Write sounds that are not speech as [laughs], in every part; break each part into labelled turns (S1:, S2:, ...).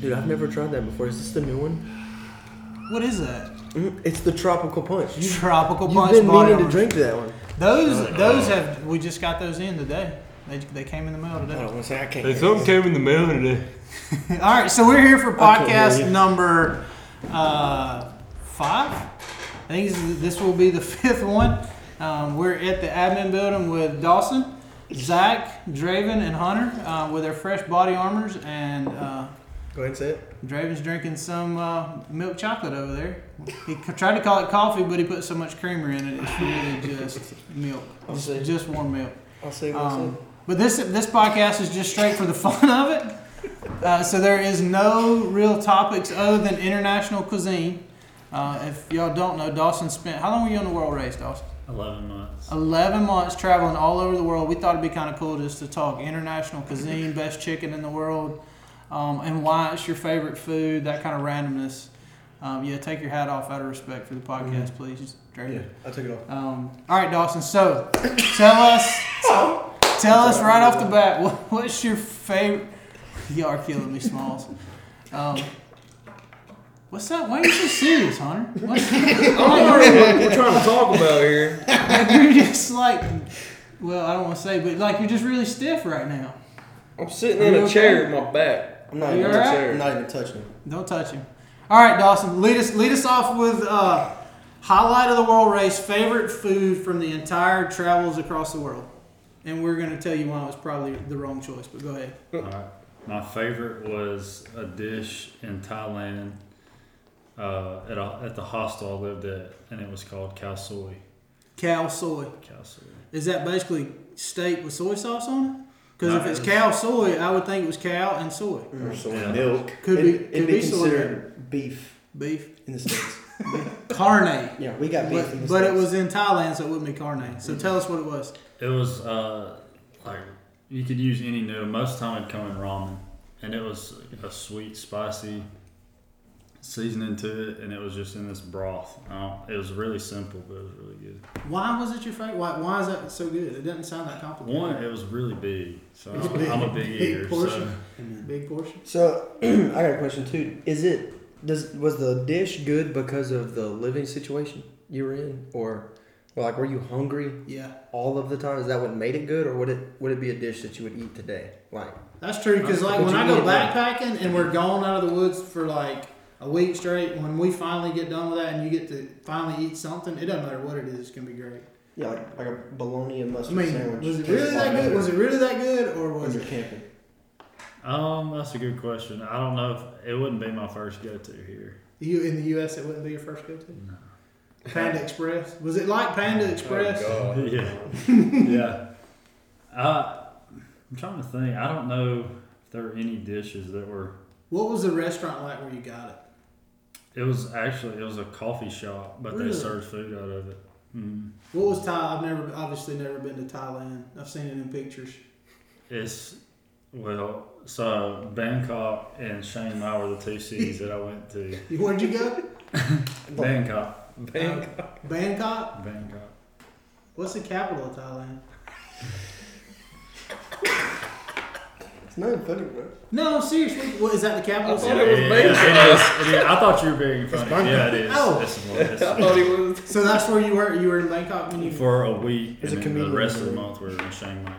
S1: dude. I've never tried that before. Is this the new one?
S2: What is that?
S1: Mm, It's the tropical punch. You,
S2: Tropical
S1: have
S2: punch
S1: been meaning
S2: body.
S1: to drink that one.
S2: Those those have we just got those in today. They, they came in the mail
S1: I
S2: today.
S1: don't want to say I can't.
S3: Hey, something came in the mail today.
S2: All right, so we're here for
S1: can't hear
S2: podcast
S1: you.
S2: number uh, five. I think this, is- this will be the [laughs] fifth one. Um, we're at the admin building with Dawson, Zach, Draven, and Hunter uh, with their fresh body armors. And uh,
S1: Go ahead and say it.
S2: Draven's drinking some uh, milk chocolate over there. He c- tried to call it coffee, but he put so much creamer in it, it's really just milk.
S1: I'll
S2: Just,
S1: see.
S2: just warm milk.
S1: I'll say what
S2: Um, but this this podcast is just straight for the [laughs] fun of it. Uh, so there is no real topics other than international cuisine. Uh, if y'all don't know, Dawson spent how long were you on the world race, Dawson?
S4: 11 months.
S2: Eleven months traveling all over the world. We thought it'd be kind of cool just to talk international cuisine, best chicken in the world, um, and why it's your favorite food. That kind of randomness. Um, yeah, take your hat off out of respect for the podcast, please,
S1: I
S2: Drake.
S1: said. Yeah, I took it off.
S2: Um, all right, Dawson. So, tell us, tell us right off the bat, what, what's your favorite? You are killing me, Smalls. Um, what's up? Why are you so serious, Hunter? What's, like,
S3: We're trying to talk about [laughs] here.
S2: you're just like, well, I don't want to say, but like you're just really stiff right now.
S3: I'm sitting
S2: Are
S3: in
S2: you
S3: a
S2: okay?
S3: chair with my back.
S1: I'm not
S2: You
S1: even
S2: all right?
S1: touching. I'm not even touching. him.
S2: Don't touch him. All right, Dawson. Lead us lead us off with uh, highlight of the world race, favorite food from the entire travels across the world, and we're gonna tell you why it was probably the wrong choice. But go ahead.
S4: All right. My favorite was a dish in Thailand uh, at, a, at the hostel I lived at, and it was called cow soy.
S2: Cow soy.
S4: Cow soy.
S2: Is that basically steak with soy sauce on it? Because
S4: No,
S2: if it's
S4: it was-
S2: cow soy, I would think it was cow and soy.
S1: Or soy
S4: Yeah.
S1: milk.
S2: Could
S1: It'd-
S2: be-
S1: it'd
S2: could
S1: be
S2: be soy
S1: considered beef
S2: Beef,
S1: in the states.
S2: carne.
S1: [laughs] yeah, we got beef Mm-hmm. in the
S2: But, but it
S1: States.
S2: was in Thailand, so it wouldn't be carne. So tell us what it was.
S4: It was uh, like you could use any noodle. Most of the time it'd come in ramen, and it was a sweet, spicy seasoning to it, and it was just in this broth. Uh, it was really simple, but it was really good.
S2: Why was it your favorite? Why, why is that so good? It doesn't sound that complicated.
S4: One, it was really big, so
S2: It's
S4: I'm,
S2: big.
S4: I'm a big,
S2: Big
S4: eater. So
S2: portion. Big portion.
S1: So [clears throat] I got a question too. Is it does was the dish good because of the living situation you were in, or well, like were you hungry
S2: Yeah.
S1: all of the time? Is that what made it good, or would it would it be a dish that you would eat today? Like
S2: That's true because like
S1: Would
S2: when
S1: you
S2: I go
S1: eat that?
S2: backpacking and we're gone out of the woods for like a week straight, when we finally get done with that and you get to finally eat something, it doesn't matter what it is, it's gonna be great.
S1: yeah, like, like a bologna and
S2: I
S1: mustard
S2: mean,
S1: sandwich.
S2: was it really that good? Was it really that good, or
S1: when
S2: was
S1: you're
S2: it?
S1: camping?
S4: Um, that's a good question. I don't know if it wouldn't be my first go to here.
S2: You in the U.S. it wouldn't be your first go to. Panda Express was it like Panda Express?
S3: Oh,
S4: Yeah. yeah. Uh, I'm trying to think. I don't know if there were any dishes that were.
S2: what was the restaurant like where you got it?
S4: It was actually it was a coffee shop, but
S2: Really?
S4: they served food out of it. Mm.
S2: What was Thai? I've never obviously never been to Thailand. I've seen it in pictures. [laughs]
S4: It's well, so Bangkok and Chiang Mai were the two cities that I went to.
S2: Where'd you go? Uh,
S4: Bangkok,
S1: Bangkok.
S2: Bangkok.
S4: Bangkok.
S2: What's the capital of Thailand?
S1: It's not funny, bro.
S2: No, seriously. What is that the capital?
S1: I
S2: city?
S1: thought it was
S4: Yeah,
S3: Bangkok.
S4: it is, it is. I thought you were being funny.
S1: Bangkok.
S4: Yeah, it is.
S2: Oh.
S4: This is what
S3: [laughs]
S4: it is.
S2: So that's where you were. You were in Bangkok when you.
S4: for a week,
S1: As
S4: and
S1: a
S4: then the
S1: comedian,
S4: rest of the
S1: you-
S4: month we were in Chiang Mai.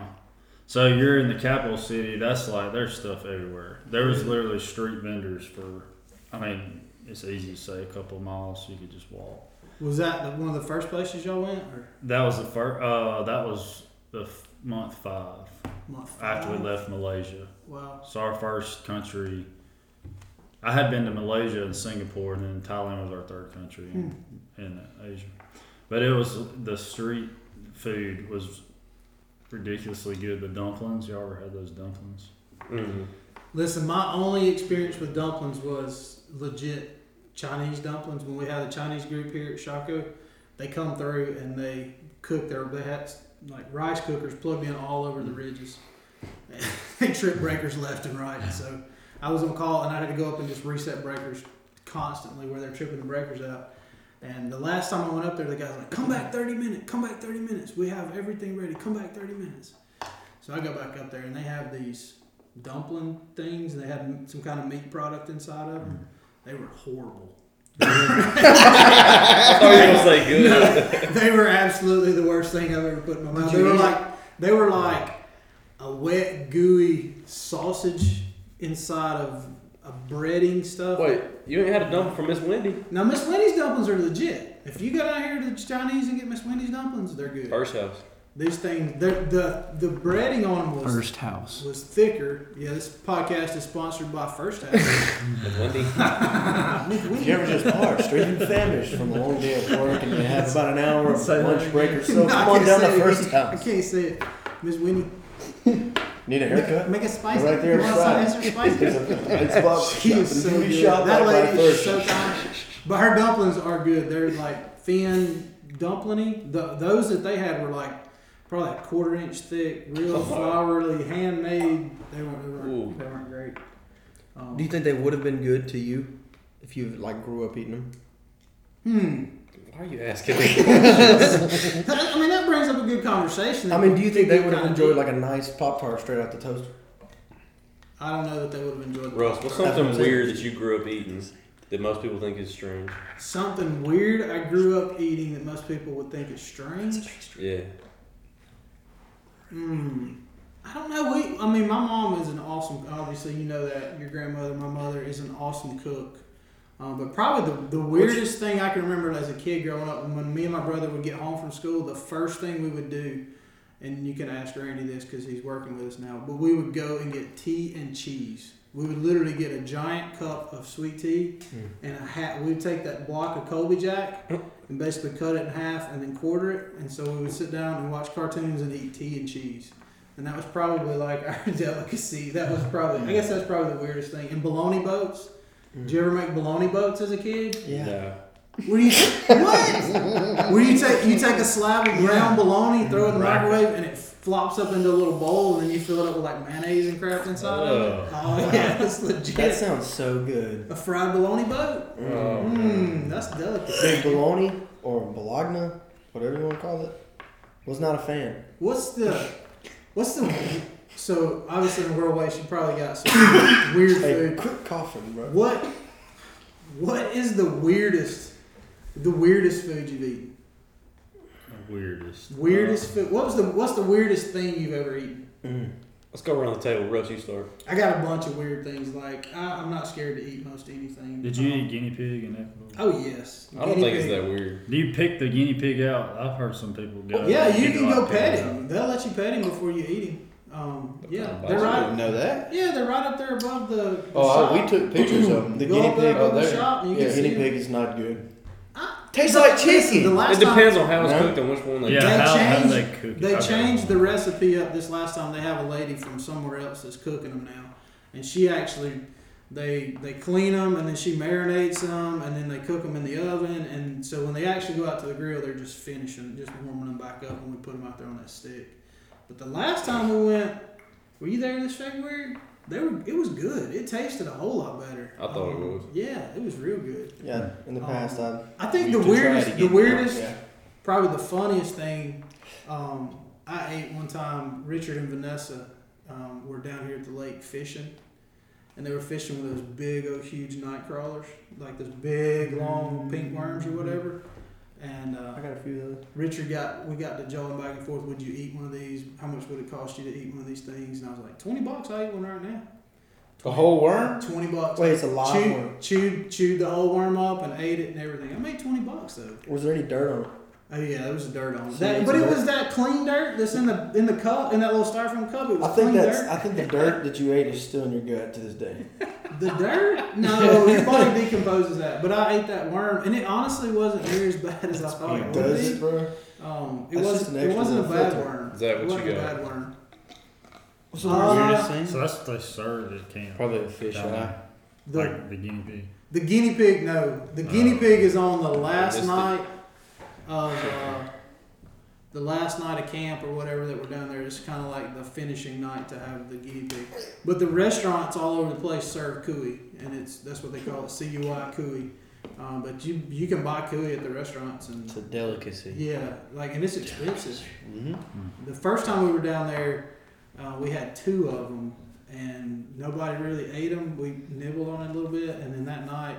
S4: So you're in the capital city. That's like there's stuff everywhere. There was literally street vendors for. I mean, it's easy to say a couple miles. You could just walk.
S2: Was that the, one of the first places y'all went, or
S4: That was the first. Uh, that was the f- month five
S2: month
S4: after we
S2: five?
S4: left Malaysia.
S2: Wow.
S4: So our first country. I had been to Malaysia and Singapore, and then Thailand was our third country in,
S2: Hmm.
S4: in Asia. But it was the street food was ridiculously good. The dumplings, y'all ever had those dumplings?
S3: Mm.
S2: Listen, my only experience with dumplings was legit Chinese dumplings. When we had a Chinese group here at Shaco, they come through and they cook their they had like rice cookers plugged in all over the ridges, [laughs] and trip breakers left and right. So I was on call and I had to go up and just reset breakers constantly where they're tripping the breakers out. And the last time I went up there, the guy's like, "Come back 30 minutes. Come back 30 minutes. We have everything ready. Come back 30 minutes." So I go back up there and they have these dumpling things. They had some kind of meat product inside of them. They were horrible.
S3: I thought you were gonna say good.
S2: [laughs] they were absolutely the worst thing I've ever put in my mouth.
S1: Did
S2: They
S1: you
S2: were
S1: eat it?
S2: like they were like a wet, gooey sausage inside of a breading stuff.
S3: Wait, you ain't had a dump from Miss Wendy?
S2: Now Miss Wendy's dumplings are legit. If you go down here to the Chinese and get Miss Wendy's dumplings, they're good.
S3: First house.
S2: These things, they're- the the breading on them was
S1: First house.
S2: was thicker. Yeah, this podcast is sponsored by First House.
S3: Miss Wendy.
S5: [laughs]
S2: Miss
S5: If
S2: Wendy-
S5: you ever just parched or even famished from a long day at work and you have about an
S2: [laughs]
S5: hour of
S4: Say that
S5: lunch break or
S2: No,
S5: so,
S2: I
S5: come on
S2: can't
S5: down
S2: say
S5: to
S2: it.
S5: first
S2: I
S5: house.
S2: can't say it. Miss Winnie, make
S5: Need a
S2: a, [laughs]
S5: haircut?
S2: make a spicy.
S5: Right there,
S2: You want some
S5: fried.
S2: extra spicy?
S1: [laughs]
S5: There's a big spot.
S2: She is so
S5: Beauty
S2: good.
S5: shop
S2: That
S5: right by
S2: lady is
S5: First.
S2: so kind. But her dumplings are good. They're like thin dumpling. The, those that they had were like probably a quarter inch thick,
S1: Oh,
S2: real flowery, handmade. They weren't. They weren't, they weren't great. Um,
S1: Do you think they would have been good to you if you like grew up eating them?
S2: hmm.
S3: Why are you asking [laughs] me?
S2: I mean, that brings up a good conversation.
S1: I mean, do you think they would have
S2: Kinda
S1: enjoyed
S2: deep.
S1: like a nice pop tart straight out the toaster?
S2: I don't know that they would have enjoyed. the
S3: Russ, what's
S2: pop-tart.
S3: something weird that you grew up eating that most people think is strange?
S2: Something weird I grew up eating that most people would think is strange.
S3: Yeah.
S2: Mm. I don't know. We, I mean, my mom is an awesome. Obviously, you know that your grandmother, my mother, is an awesome cook. Um, but probably the, the weirdest thing I can remember as a kid growing up, when me and my brother would get home from school, the first thing we would do, and you can ask Randy this because he's working with us now, but we would go and get tea and cheese. We would literally get a giant cup of sweet tea,
S1: Mm.
S2: and a hat. We'd take that block of Colby Jack and basically cut it in half and then quarter it. And so we would sit down and watch cartoons and eat tea and cheese. And that was probably like [laughs] our delicacy. That was probably, I guess that's probably the weirdest thing. And bologna boats. Did you ever make bologna boats as a kid?
S3: No.
S2: Where you what? Where you take you take a slab of ground bologna, throw it in the
S4: Right.
S2: microwave, and it flops up into a little bowl, and then you fill it up with like mayonnaise and crap inside of it. Oh yeah, that's legit.
S1: That sounds so good.
S2: a fried bologna boat.
S3: Oh,
S2: Mmm, that's delicate.
S5: Big bologna or bologna, whatever you want to call it, was not a fan.
S2: What's the what's the so obviously in the world way she probably got some weird
S5: Hey,
S2: food.
S5: quit coughing, bro.
S2: What what is the weirdest the weirdest food you've eaten?
S4: Weirdest. Uh.
S2: Weirdest food what was the what's the weirdest thing you've ever eaten?
S3: Let's go around the table. Russ, you start.
S2: I got a bunch of weird things like I, I'm not scared to eat most anything.
S4: Did you eat guinea pig in Ecuador?
S2: Oh yes.
S3: I don't think it's
S2: Anything.
S3: that weird.
S4: Do you pick the guinea pig out? I've heard some people go.
S2: Yeah, you
S4: they
S2: can
S4: like uh,
S2: go
S4: pig
S2: pet
S4: out.
S2: him. They'll let you pet him before you eat him. Um, yeah,
S3: That's
S2: they're
S3: not
S2: right.
S5: know that.
S2: Yeah, they're right up there above the. the
S5: Oh, I-
S2: shop.
S5: we took pictures of them. The
S2: Go
S5: guinea
S2: up
S5: pig.
S2: there above
S5: Oh,
S2: the
S5: there.
S2: shop and you
S5: Yeah,
S2: can see
S5: guinea
S2: them.
S5: pig is not good.
S2: Ah,
S5: Tastes
S2: the-
S5: like
S2: listen,
S5: chicken.
S2: The last
S3: It depends
S2: time
S3: on how it's
S5: No.
S3: cooked and which one they
S4: Yeah,
S2: They
S4: how, how do they
S2: changed-
S4: cook it?
S2: they
S4: Okay.
S2: changed the recipe up this last time. They have a lady from somewhere else that's cooking them now, and she actually they they clean them and then she marinates them and then they cook them in the oven. And so when they actually go out to the grill, they're just finishing, just warming them back up, and we put them out there on that stick. But the last time we went, were you there this February? They were, it was good. It tasted a whole lot better. Um,
S3: I thought it was.
S2: Yeah, it was real good.
S5: Yeah, in the
S2: Um,
S5: past, I
S2: I think the
S5: used to try to
S2: weirdest,
S5: get
S2: the
S5: them.
S2: weirdest
S5: Yeah.
S2: probably the funniest thing um, I ate one time. Richard and Vanessa um, were down here at the lake fishing, and they were fishing with those big, old, huge night crawlers, like those big, long pink worms or whatever. And uh,
S1: I got a few of those.
S2: Richard got we got to jawing back and forth. Would you eat one of these? How much would it cost you to eat one of these things? And I was like, twenty bucks. I eat one right now.
S5: The whole worm?
S2: Twenty bucks.
S1: Wait, it's a live
S2: chewed,
S1: worm.
S2: chewed chewed the whole worm up and ate it and everything. I made twenty bucks though.
S1: Was there any dirt on it?
S2: Oh yeah, it was dirt on it.
S1: So
S2: That,
S1: it's
S2: but it
S1: dirt.
S2: was that clean dirt that's in the in the cup in that little styrofoam cup. It was
S5: I think
S2: clean
S5: that's.
S2: dirt.
S5: I think the dirt that you ate is still in your gut to this day.
S2: The [laughs] dirt? No, your body decomposes that. But I ate that worm, and it honestly wasn't near as bad as I thought it
S5: It
S2: would
S5: does,
S2: be.
S5: bro.
S2: Um, it
S5: That's just
S2: wasn't.
S5: an
S2: It
S5: extra
S2: wasn't a
S5: little
S2: bad
S5: filter.
S2: worm.
S3: Is that what
S2: it
S3: you
S2: wasn't a
S3: got?
S2: bad worm.
S5: What's the
S2: Uh,
S5: weirdest thing?
S4: So that's what they served at camp.
S5: Probably a fish
S4: down
S5: eye.
S4: there.
S2: The
S4: Like the guinea pig.
S2: the guinea pig. No, the
S4: No.
S2: guinea pig is on the last
S3: missed it.
S2: night of. Uh, the last night of camp or whatever that we're down there is kind of like the finishing night to have the guinea pig. But the restaurants all over the place serve cuy, and it's that's what they call it, C U I cuy. Um, but you you can buy cuy at the restaurants and
S5: a delicacy.
S2: yeah, like and it's expensive.
S5: Mm-hmm.
S2: The first time we were down there, uh, we had two of them, and nobody really ate them. We nibbled on it a little bit, and then that night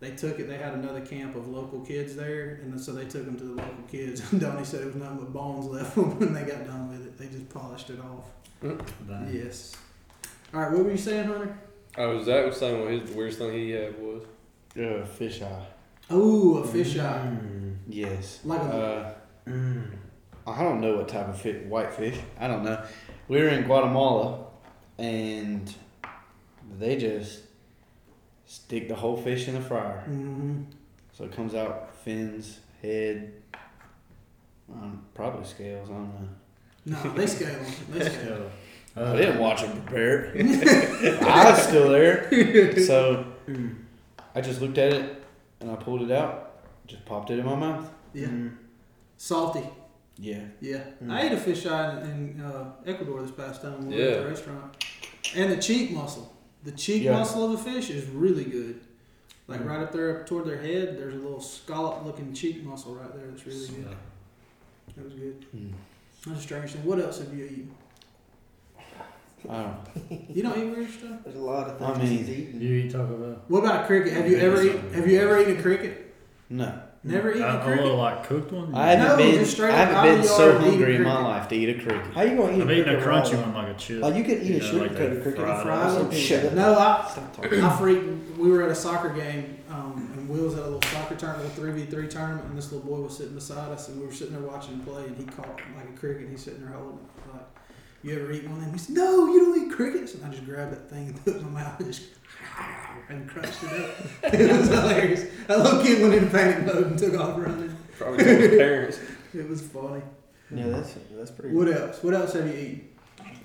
S2: they took it. They had another camp of local kids there, and so they took them to the local kids. [laughs] And Donnie said there was nothing but bones left [laughs] when they got done with it. They just polished it off.
S4: Dang.
S2: Yes. All right, what were you saying, Hunter?
S3: Oh, Zach was saying what his the weirdest thing he had was.
S5: Yeah, fish eye. Mm,
S2: Oh, a
S1: Mm-hmm.
S2: fisheye,
S5: Yes.
S2: like a Mm.
S5: Uh, I don't know what type of fish, white fish. I don't know. We were in Guatemala, and they just stick the whole fish in the fryer.
S2: mhm.
S5: So it comes out fins, head, um, probably scales. I don't know.
S2: No, they scale 'em. They scale 'em.
S5: I
S4: Uh,
S5: didn't watch them prepare [laughs] it. I was still there,
S2: [laughs]
S5: so
S2: Mm.
S5: I just looked at it and I pulled it out, just popped it in my mouth. Mm.
S2: Yeah, salty.
S5: Yeah,
S2: Yeah,
S5: Mm.
S2: I ate a fisheye in, in uh, Ecuador this past time when we were at
S3: Yeah.
S2: the restaurant, and the cheek muscle. The cheek
S5: Yeah.
S2: muscle of a fish is really good. Like
S5: Mm.
S2: right up there, up toward their head, there's a little scallop-looking cheek muscle right there. That's really good. That was good.
S5: Mm.
S2: That's a strange thing. What else have you eaten?
S5: I don't.
S2: You don't eat weird stuff.
S1: There's a lot of
S5: I
S1: things
S5: mean,
S1: he's eating.
S4: You eat Taco Bell?
S2: What about a cricket? Have you ever eaten? Have you ever eaten a cricket?
S5: No,
S2: Never eaten a
S4: I, I
S2: cricket.
S4: look Uh, like cooked one.
S5: I haven't
S2: No,
S5: been.
S2: just straight
S5: I
S2: up out
S5: haven't
S2: of
S5: been
S2: the
S5: so
S2: yard, eat a
S5: hungry in my
S2: cricket.
S5: life to eat a cricket.
S1: How you gonna eat?
S4: I've eaten a
S1: cricket
S4: crunchy
S1: raw,
S4: one like a chip.
S1: though? Like you could eat
S4: You
S1: a
S4: know,
S1: sugar
S4: like
S1: coated
S4: they
S1: cricket.
S4: fried
S2: it.
S1: Some people
S5: Shut
S1: do.
S5: up.
S2: No, I,
S5: Stop talking.
S2: I freaked. We were at a soccer game, um, and we was at a little soccer tournament, a three v three tournament, and this little boy was sitting beside us, and we were sitting there watching him play, and he caught like a cricket. and He's sitting there holding it. Like, you ever eat one of them? He said, No, you don't eat crickets. And I just grabbed that thing and [laughs] put it in my mouth and just and crushed it up. [laughs] it was hilarious. That little kid went into panic mode and took off running.
S3: Probably told
S2: [laughs]
S3: his parents.
S2: It was funny.
S1: Yeah, that's that's pretty.
S2: What else? What else have you eaten?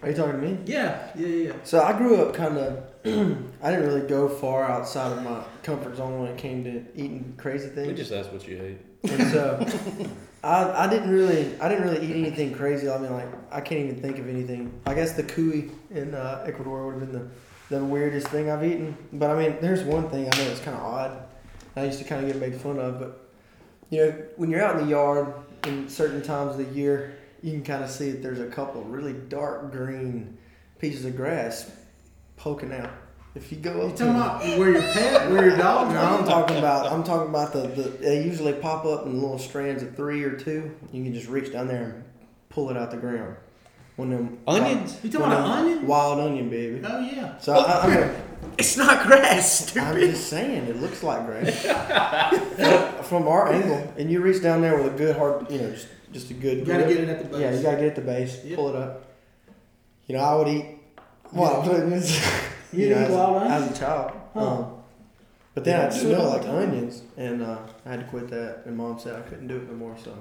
S1: Are you talking to me?
S2: Yeah, yeah, yeah.
S1: So I grew up kind of. [clears throat] I didn't really go far outside of my comfort zone when it came to eating crazy
S3: We
S1: things.
S3: just asked what you ate.
S1: And so [laughs] I, I didn't really I didn't really eat anything crazy. I mean, like I can't even think of anything. I guess the cuy in uh, Ecuador would have been the, the weirdest thing I've eaten. But I mean, there's one thing I know it's kind of odd. I used to kind of get made fun of, but you know, when you're out in the yard in certain times of the year, you can kind of see that there's a couple really dark green pieces of grass poking out. If you go
S2: You
S1: up to
S2: talking about where your pet, where your dog?
S1: no,
S2: [laughs]
S1: I'm talking about I'm talking about the, the they usually pop up in little strands of three or two. You can just reach down there and pull it out the ground. One of them
S5: Onions.
S2: You talking
S1: one
S2: about
S1: of
S2: an
S1: them
S2: onion?
S1: Wild onion, baby.
S2: Oh yeah.
S1: So I, I,
S2: [laughs]
S1: mean,
S5: It's not grass,
S1: I'm just saying it looks like
S2: [laughs]
S1: grass from our angle, and you reach down there with a good hard, you know, just, just a good.
S2: You gotta
S1: grip.
S2: get it at the base.
S1: Yeah, you gotta get at the base,
S2: Yeah.
S1: pull it up. You know, I would eat wild onions.
S2: You
S1: know,
S2: eat
S1: as,
S2: wild
S1: as a child.
S2: Huh.
S1: Um, but then
S2: Yeah,
S1: I'd
S2: I do it
S1: smell
S2: all the
S1: like
S2: time.
S1: onions, and uh, I had to quit that. And mom said I couldn't do it no more. So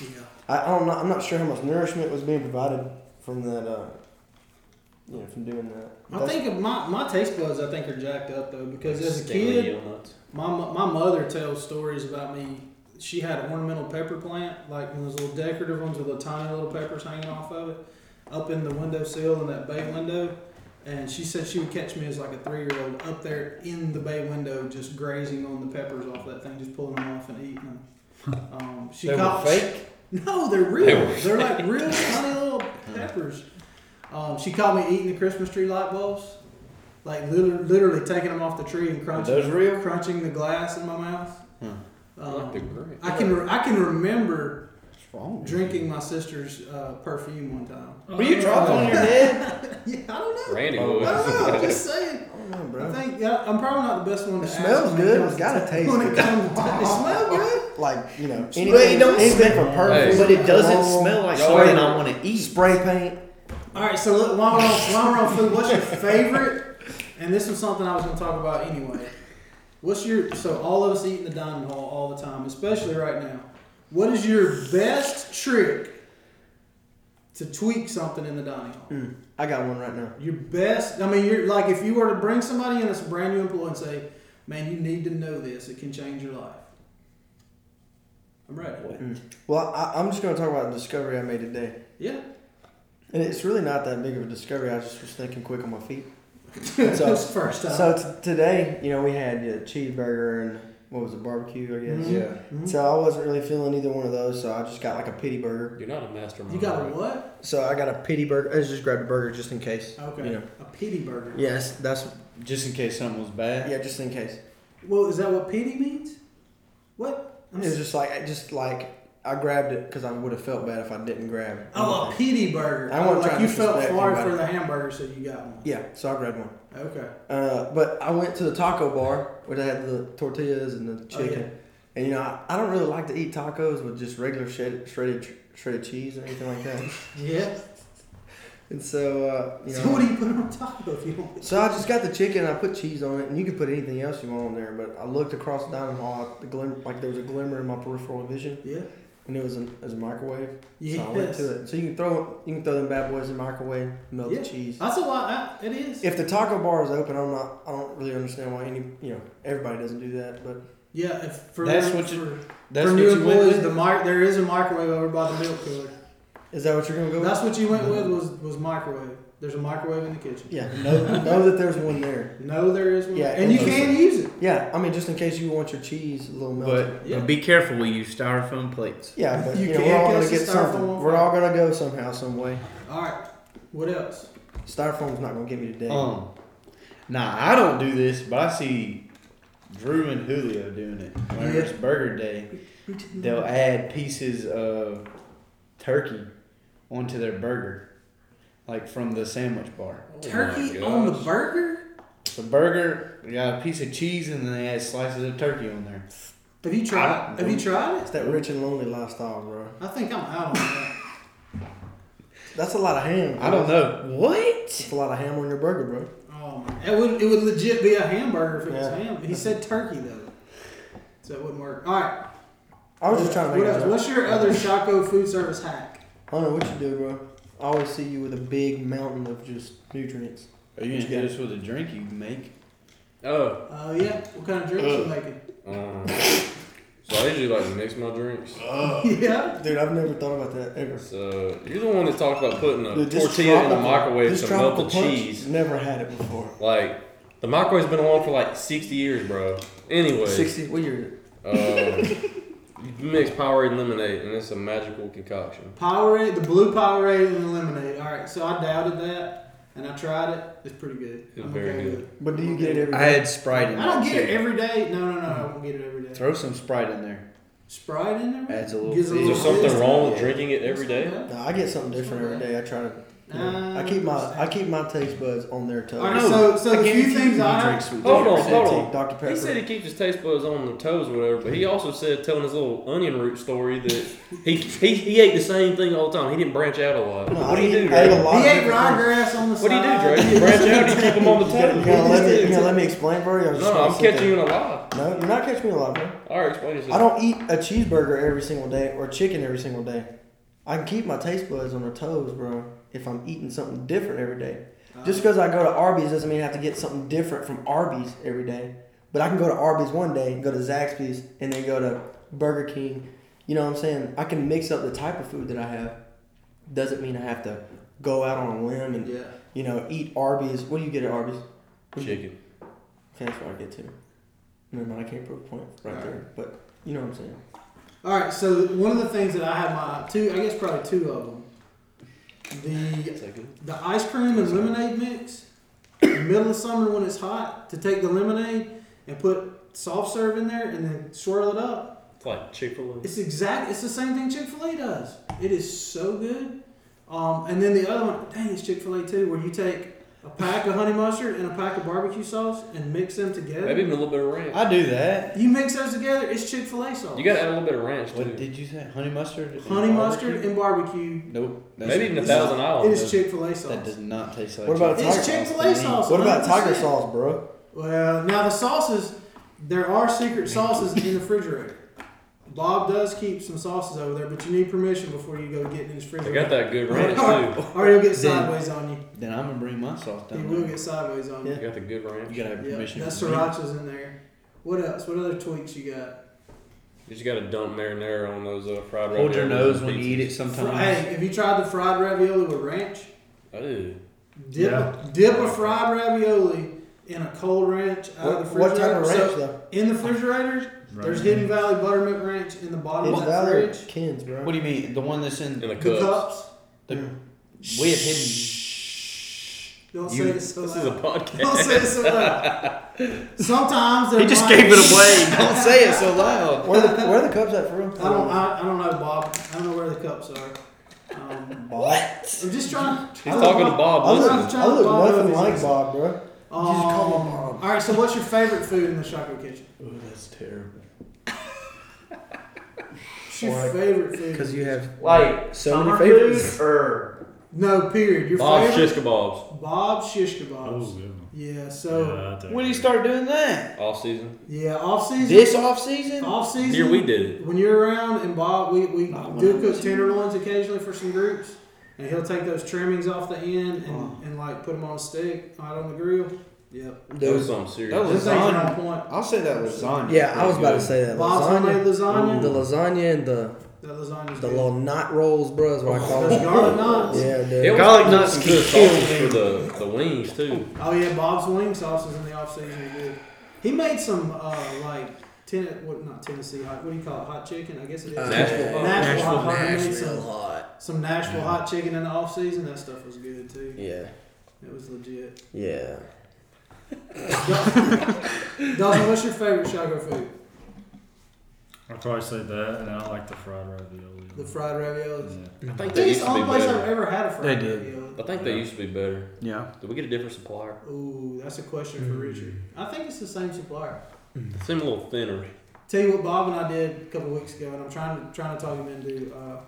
S2: Yeah.
S1: I, I don't know. I'm not sure how much nourishment was being provided from that. Uh, you know, from doing that. [laughs]
S2: I think of my, my taste buds, I think, are jacked up, though, because as a
S3: Scaly
S2: kid,
S3: yellow nuts.
S2: my, mo- my mother tells stories about me. She had an ornamental pepper plant, like one of those little decorative ones with little tiny little peppers hanging off of it, up in the windowsill in that bay window. And she said she would catch me as like a three year old up there in the bay window, just grazing on the peppers off that thing, just pulling them off and eating them. Um, she
S5: They were
S2: caught
S5: fake?
S2: No, they're real. They
S3: were
S2: are like real tiny little peppers. Um, she caught me eating the Christmas tree light bulbs, like literally, literally taking them off the tree and
S5: Are
S2: crunching
S5: those real?
S2: crunching the glass in my mouth.
S5: Hmm.
S3: I like the
S2: Um,
S3: grape.
S2: I can re- I can remember
S5: What's wrong? with
S2: drinking my sister's uh, perfume one time.
S4: Oh.
S5: you? Were you dropped
S4: [laughs]
S5: on your head?
S2: [laughs] Yeah, I don't know.
S3: Randy
S5: Oh,
S3: was.
S2: I
S3: [laughs]
S2: don't know. I'm just saying.
S1: [laughs] I don't know,
S2: I
S1: bro.
S2: think yeah, I'm probably not the best one.
S1: It
S2: to ask
S1: smells
S2: when it
S1: good.
S2: comes
S1: It's gotta
S2: to-
S1: taste
S2: when
S1: good.
S2: it comes to [laughs] it smells good.
S1: Like you know,
S5: But
S1: anything,
S5: it don't
S1: anything
S5: smell-
S1: for perfume,
S3: Hey.
S5: But it doesn't
S1: cologne,
S5: smell like
S3: Y'all
S5: something
S3: ever-
S5: I want to eat.
S1: Oh, Spray paint.
S2: All right, so look, while we're on, while we're on food, what's your favorite? And this was something I was going to talk about anyway. What's your so all of us eat in the dining hall all the time, especially right now. What is your best trick to tweak something in the dining hall?
S1: Mm, I got one right now.
S2: Your best. I mean, you're like if you were to bring somebody in that's a brand new employee and say, "Man, you need to know this. It can change your life." I'm ready.
S1: Well, I, I'm just going to talk about a discovery I made today.
S2: Yeah. [laughs]
S1: And it's really not that big of a discovery. I just was thinking quick on my feet.
S2: That's the first time.
S1: So t- today, you know, we had you know, cheeseburger and what was it, barbecue, I guess.
S2: Mhm.
S5: Yeah.
S2: Mhm.
S1: So I wasn't really feeling either one of those, so I just got like a pity burger.
S3: You're not a mastermind.
S2: You got a
S3: right?
S2: what?
S1: So I got a pity burger. I just grabbed a burger just in case.
S2: Okay.
S1: You know.
S2: A pity burger.
S1: Yes, that's
S5: Just in case something was bad.
S1: yeah, just in case.
S2: Well, is that what pity means? What? I'm
S1: It was
S2: s-
S1: just like just like I grabbed it because I would have felt bad if I didn't grab. it.
S2: oh, a pity burger. Oh,
S1: I won't
S2: like
S1: try to
S2: you felt
S1: disrespect
S2: sorry
S1: anybody.
S2: for the hamburger, so you got one.
S1: Yeah, so I grabbed one.
S2: Okay.
S1: Uh, but I went to the taco bar where they had the tortillas and the
S2: Oh, yeah.
S1: chicken. And you know, I, I don't really like to eat tacos with just regular shredded shredded, shredded cheese or anything like that.
S2: Yeah.
S1: and so, uh, you know,
S2: So what do you put on top of you? want?
S1: So I just got the chicken. and I put cheese on it, and you could put anything else you want on there. But I looked across the dining hall. The glim, like there was a glimmer in my peripheral vision,
S2: Yeah.
S1: and it was a, it was a microwave.
S2: Yes.
S1: So I went to it. So you can throw you can throw them bad boys in the microwave, melt
S2: Yeah.
S1: the cheese.
S2: That's a lot. I, it is.
S1: If the taco bar is open, I'm not. I don't really understand why any you know everybody doesn't do that. But
S2: yeah. If for
S5: That's
S2: new-
S5: what you-
S2: for,
S5: That's
S2: for
S5: what
S2: new
S5: you went
S2: employees.
S5: with?
S2: The mic there is a microwave over by the milk cooler.
S1: is that what you're gonna go?
S2: That's
S1: with?
S2: what you went with was was microwave. There's a microwave in the kitchen. [laughs]
S1: Yeah. Know, know that there's one there.
S2: No, there is one.
S1: Yeah,
S2: and you
S1: and-
S2: can use it.
S1: Yeah. I mean, just in case you want your cheese a little melted.
S5: But,
S2: Yeah.
S5: but be careful. We use styrofoam plates.
S1: yeah, but
S2: You
S1: you know,
S2: can
S1: we're all
S2: catch
S1: gonna
S2: the
S1: get
S2: styrofoam
S1: something.
S2: on
S1: We're
S2: fire.
S1: all gonna go somehow, some way.
S2: All right. What else?
S1: Styrofoam's not gonna get me today.
S5: Um. Now I don't do this, but I see Drew and Julio doing it. Whenever it's Burger Day, they'll add pieces of turkey onto their burger, like from the sandwich bar.
S3: Oh my
S2: Turkey on the
S3: gosh.
S2: burger?
S5: The burger you got a piece of cheese, and then they add slices of turkey on there.
S2: Have you tried?
S5: I-
S2: Have you tried it?
S1: It's that rich and lonely lifestyle, bro.
S2: I think I'm out on that.
S1: That's a lot of ham.
S5: I don't know what.
S1: It's a lot of ham on your burger, bro.
S2: Oh my! It would it would legit be a hamburger if it was
S1: Yeah.
S2: ham. He said turkey though, so it wouldn't work. All right.
S1: I was just trying to make
S2: What
S1: a
S2: else?
S1: joke.
S2: What's your other Shaco food service hack?
S1: I don't know what you do, bro. I always see you with a big mountain of just nutrients.
S5: Are you gonna hit us with a drink you make?
S3: Oh.
S2: Oh yeah. What kind of drinks you
S3: Ugh.
S2: making? [laughs]
S3: Um, so I usually like to mix my drinks.
S2: yeah.
S1: Dude, I've never thought about that ever.
S3: So you're the one that talked about putting a
S1: Dude, this
S3: tortilla in the
S1: tropical-
S3: microwave
S1: this
S3: to melt
S1: tropical
S3: the
S1: punch,
S3: cheese.
S1: Never had it before.
S3: Like the microwave's been on for like 60 years, bro. Anyway,
S1: Sixty. What year? is it?
S3: um, you mix Powerade and lemonade, and it's a magical concoction.
S2: Powerade, the blue Powerade, and the lemonade. All right. So I doubted that, and I tried it. It's pretty good.
S3: It's
S2: I'm
S3: very
S2: okay
S3: good.
S2: with it.
S1: But do you get it every
S5: I
S1: day?
S5: had Sprite in
S2: I
S5: there.
S2: don't get it
S5: too.
S2: every day. No, no, no. I won't get it every day.
S5: Throw some Sprite in there.
S2: Sprite in there.
S5: Adds a little.
S2: Gives a
S5: fizz.
S3: Is there
S2: little
S3: something
S2: fizz.
S3: wrong with drinking it every day?
S1: No, I get something different every day. I try to. You know, I keep my I keep my taste buds on their toes.
S2: All right. So so the
S5: I
S2: few
S5: guarantee you
S2: things
S5: can
S2: I
S5: drink
S2: heard.
S5: sweet
S3: Hold
S5: tea.
S3: on, hold on.
S1: Dr Pepper.
S3: He said he keeps his taste buds on the toes or whatever, but he also said, telling his little onion root story, that he he, he ate the same thing all the time. He didn't branch out a lot.
S1: No,
S3: what do
S1: I
S3: you do,
S1: ate- I ate a
S3: Drake?
S1: lot
S2: He
S1: of
S2: ate
S1: different things.
S2: ryegrass on the
S3: What do you do,
S2: side.
S3: Drake? You branch out or you keep them on the
S1: You gotta,
S3: toes?
S1: you gotta let me, you gotta let me explain, bro. You're just
S3: No,
S1: gonna
S3: I'm
S1: sit
S3: catching
S1: there.
S3: you in a lie.
S1: No, you're not catching me a lot, bro.
S3: All right, explain yourself.
S1: I don't eat a cheeseburger every single day or chicken every single day. I can keep my taste buds on their toes, bro, if I'm eating something different every day.
S2: Uh,
S3: Uh-huh.
S1: Just because I go to Arby's doesn't mean I have to get something different from Arby's every day. But I can go to Arby's one day, go to Zaxby's, and then go to Burger King. You know what I'm saying? I can mix up the type of food that I have. Doesn't mean I have to go out on a limb and,
S2: Yeah.
S1: you know, eat Arby's. What do you get at Arby's?
S3: Chicken.
S1: Okay, that's what I get too. Never mind, I can't prove a point right
S2: Alright.
S1: there. But you know what I'm saying.
S2: All right. So one of the things that I had my two, I guess probably two of them, the the ice cream and lemonade mix. in the middle of summer when it's hot, to take the lemonade and put soft serve in there and then swirl it up.
S3: It's like Chick fil A.
S2: It's exact. It's the same thing Chick Fil A does. It is so good. Um, and then the other one, dang, it's Chick Fil A too, where you take a pack of honey mustard and a pack of barbecue sauce and mix them together.
S3: Maybe even a little bit of ranch.
S5: I do that.
S2: You mix those together, it's Chick Fil A sauce.
S3: You gotta add a little bit of ranch too.
S5: What did you say? Honey mustard. and
S2: honey mustard
S5: barbecue?
S2: and barbecue.
S5: Nope. that's-
S3: Maybe even a
S2: This
S3: thousand
S2: It
S3: island.
S2: is Chick Fil A
S5: That
S2: sauce.
S5: does not taste like.
S1: What about
S5: chicken.
S1: Tiger sauce
S2: It's Chick Fil
S1: to
S2: A
S1: me.
S2: sauce.
S1: What about tiger
S2: 100%.
S1: sauce, bro?
S2: Well, now the sauces, there are secret sauces in the refrigerator. Bob does keep some sauces over there, but you need permission before you go getting in his
S3: I
S2: refrigerator.
S3: got that good ranch too.
S2: Or he'll
S3: [laughs]
S2: get
S5: Then-
S2: sideways on you.
S5: Then I'm gonna bring my sauce down.
S2: He
S5: there.
S2: will get sideways on you.
S3: I got the good ranch.
S5: You gotta have
S2: Yeah, that
S5: permission. from me.
S2: sriracha's in there. What else? What other tweaks you got?
S3: You just gotta dump marinara on those uh, fried
S5: Hold your
S3: raviolis
S5: nose
S3: and
S5: when you
S3: pizzas.
S5: eat it.
S2: Fri-
S5: Sometimes.
S2: hey, have you tried the fried ravioli with ranch?
S3: I do.
S2: Dip,
S4: Yeah.
S2: dip a fried ravioli in a cold ranch out
S1: What,
S2: of the
S1: what type
S2: refrigerator.
S1: of ranch
S2: So,
S1: though?
S2: in the refrigerator, There's Hidden Valley Buttermilk Ranch in the bottom
S1: It's
S2: of that
S1: Valley
S2: fridge.
S1: Kins, bro.
S5: What do you mean? The one that's in
S3: in the
S2: The
S3: cup.
S2: cups.
S5: the
S1: Yeah.
S5: we have hidden.
S2: Don't
S5: You-
S2: say it so loud.
S3: This is
S2: [laughs]
S3: a
S2: Don't
S3: podcast.
S2: say it so loud. Sometimes they're
S5: He just
S2: mine.
S5: gave it away. Don't say it so loud.
S1: Where are the where are the cups at for real?
S2: I don't. I, I don't know, Bob. I don't know where the cups are. Um,
S5: What?
S2: I'm just trying.
S3: He's talking to Bob.
S1: I
S2: I'm
S1: look,
S2: not
S3: Listen,
S2: trying
S1: I
S2: to
S1: look
S2: Bob
S1: nothing
S2: Otis.
S1: like Bob, bro.
S2: Um,
S1: just call him Bob.
S2: All right. So, what's your favorite food in the Shaco kitchen?
S5: Oh, that's terrible.
S2: What's your
S1: Like,
S2: favorite food?
S1: you have
S6: Like
S1: So many
S6: summer
S1: favorites.
S6: food or
S2: No, period. Your
S3: Bob
S2: favorite?
S3: shish kebabs
S2: Bob shish
S4: Oh,
S2: kebabs.
S4: good one.
S2: Yeah. So
S4: Yeah, I take
S5: When
S4: it.
S5: did he start doing that?
S3: all season.
S2: yeah, off season.
S5: This off season?
S2: off season.
S3: Here we did it.
S2: When you're around and Bob, we, we
S5: Not when
S2: do
S5: I'm
S2: cook
S5: with
S2: tenderloins occasionally for some groups, and he'll take those trimmings off the end and,
S5: Oh.
S2: and like put them on a stick, out on the grill. Yep,
S3: That was something serious.
S5: That
S2: those
S5: was-
S2: things are
S5: Lasagna.
S2: on point.
S5: I'll say that lasagna.
S1: Yeah, I was about to say that.
S2: Bob's homemade
S1: Lasagna,
S2: lasagna.
S1: the lasagna and the
S2: That lasagna's
S1: the
S2: good.
S1: little knot rolls, bro. Is what I call
S2: Those
S1: them.
S2: garlic knots.
S1: Yeah,
S3: It
S1: dude.
S3: was
S5: Garlic
S3: doing
S5: nuts
S3: some
S5: can
S3: good
S5: kill
S3: sauces
S5: me.
S3: for the, the wings too.
S2: Oh yeah, Bob's wing sauces in the off season are good. He made some uh, like ten, what not Tennessee hot? What do you call it? Hot chicken? I guess it is.
S1: Uh,
S3: Nashville.
S2: Nashville hot. He made
S1: Nashville
S2: some,
S1: hot.
S2: some Nashville hot chicken in the off season. That stuff was good too.
S1: Yeah,
S2: It was legit.
S1: yeah.
S2: Dawson, what's your favorite Chicago food?
S4: I'd probably say that, and I like the fried ravioli.
S2: The fried raviolis.
S4: Yeah.
S3: I
S2: I
S3: think
S2: think
S3: they
S2: it's
S3: used
S2: the
S3: to be
S2: only place I've
S3: better.
S2: ever had a fried
S5: They did.
S2: ravioli.
S3: I think they used to be better.
S5: Yeah.
S3: Did we get a different supplier?
S2: Ooh, that's a question for Richard. I think it's the same supplier.
S3: It seemed a little thinner.
S2: Tell you what, Bob and I did a couple weeks ago, and I'm trying to trying to talk him into uh,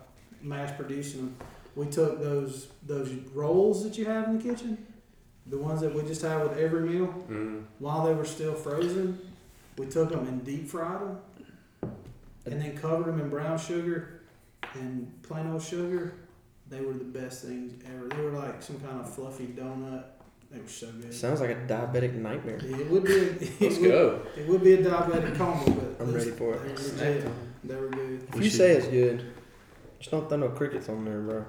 S2: mass producing them. We took those those rolls that you have in the kitchen, the ones that we just have with every meal,
S3: Mm.
S2: while they were still frozen. We took them and deep fried them, and then covered them in brown sugar and plain old sugar. They were the best things ever. They were like some kind of fluffy donut. They were so good.
S1: Sounds like a diabetic nightmare.
S2: it would be. [laughs] It
S3: Let's
S2: would,
S3: go.
S2: [laughs] It would be a diabetic coma, but
S1: I'm ready for it.
S2: They were
S3: Snack
S2: good. They were good.
S1: If you say it's good, just don't throw no crickets on there, bro.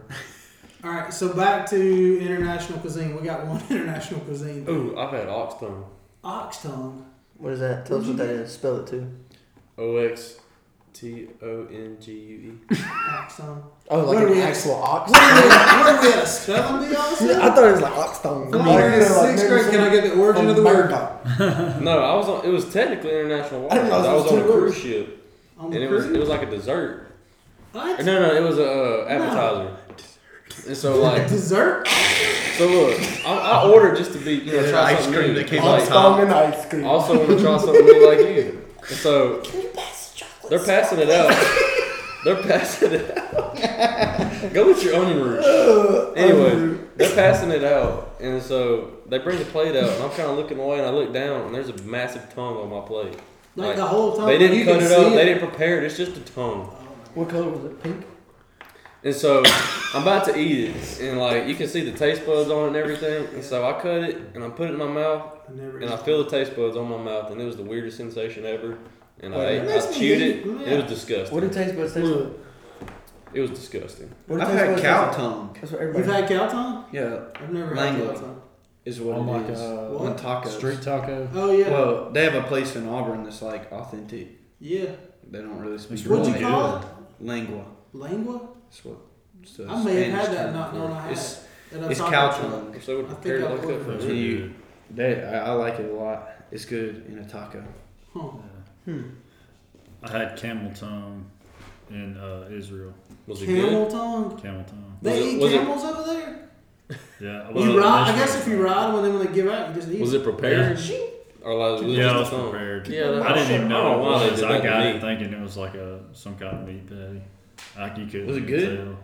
S2: All right, so back to international cuisine. We got one [laughs] international cuisine.
S3: Ooh, I've had ox tongue.
S2: Ox tongue.
S1: What is that? Tell us what that is. Spell it too.
S3: O X T O N G U E.
S2: Ox tongue.
S1: Oh,
S2: What
S1: like
S2: are
S1: an
S2: we-
S1: actual ox.
S2: What are we, what are we at, a spelling bee
S1: I
S2: also?
S1: thought it was like ox tongue.
S2: When I was in sixth grade, can I get the origin of the word?
S3: No, I was on. It was technically international
S1: I
S3: waters.
S1: didn't
S3: I,
S1: know it was
S3: was on a
S1: two words.
S3: cruise ship,
S2: On
S3: and
S2: the
S3: it was it
S2: cruise?
S3: was like a dessert.
S2: What?
S3: No, no, it was a uh, appetizer. And so like,
S2: Dessert?
S3: so look, I, I ordered just to be you know
S5: Yeah,
S3: try
S5: ice
S3: something
S5: cream
S3: new.
S5: that came
S3: Like,
S5: on top.
S1: Tongue and ice cream.
S3: I also want to try something new like you. And so they're passing it out. They're passing it out. Go with your onion rouge. Anyway, they're passing it out, and so they bring the plate out, and I'm kind of looking away, and I look down, and there's a massive tongue on my plate.
S2: Like
S3: Like,
S2: the whole tongue.
S3: They
S2: you
S3: didn't cut
S2: can
S3: it
S2: see Oh,
S3: up. They didn't prepare it. It's just a tongue.
S1: What color was it? Pink.
S3: And so I'm about to eat it, and like you can see the taste buds on it and everything. And so I cut it, and I put it in my mouth,
S2: I never
S3: and I feel the taste buds on my mouth, and it was the weirdest sensation ever. And I,
S1: Wait,
S3: ate,
S2: that's
S3: I chewed
S2: me.
S3: it. and It was disgusting.
S1: What did it taste buds taste like?
S3: It was disgusting.
S1: What did
S5: I've
S1: taste
S5: had
S1: buds
S5: cow
S1: taste like?
S5: tongue.
S1: That's what
S2: You've
S1: everybody.
S2: had cow tongue?
S5: Yeah,
S2: I've never
S5: Langley.
S2: had cow tongue.
S5: is what
S4: On
S5: it
S4: like
S5: is.
S4: a
S5: On uh, tacos.
S4: Oh street taco.
S2: Oh, yeah.
S5: Well, they have a place in Auburn that's like authentic.
S2: yeah.
S5: They don't really speak
S4: It's
S2: What'd
S4: really
S2: you call it?
S5: lingua.
S2: Lengua?
S5: That's what. it's a
S2: I may have had
S5: Spanish
S2: that
S5: term
S2: not
S5: for
S2: knowing
S5: it.
S2: I had
S5: It's,
S2: And I
S5: it's
S2: talked
S5: cow
S2: about you.
S5: tongue.
S3: So
S2: I
S3: would
S2: think
S3: prepare it
S2: I
S3: like that for
S4: That's
S3: me.
S4: really
S5: you-
S4: good.
S5: They, I, I like it a lot. It's good in a taco.
S2: Huh. Hmm.
S4: I had camel tongue in uh, Israel.
S3: Was it good?
S2: Camel tongue.
S4: Camel tongue.
S2: They
S3: Was it-
S2: eat
S3: was it-
S2: camels over there.
S4: Yeah.
S2: you ride. I guess if
S4: initially-
S2: you ride one, then when they give out, you just eat.
S3: Was
S2: it.
S3: it prepared? Or like, was it
S4: Yeah, I was
S3: just a tongue?
S4: prepared.
S3: Yeah, that-
S4: Oh, I didn't even
S3: I
S4: know
S3: don't
S4: what
S3: why
S4: it
S3: they
S4: was.
S3: did
S4: I
S3: that to
S4: got
S3: me.
S4: it thinking it was like a some kind of meat patty. Like you could.
S5: Was it good?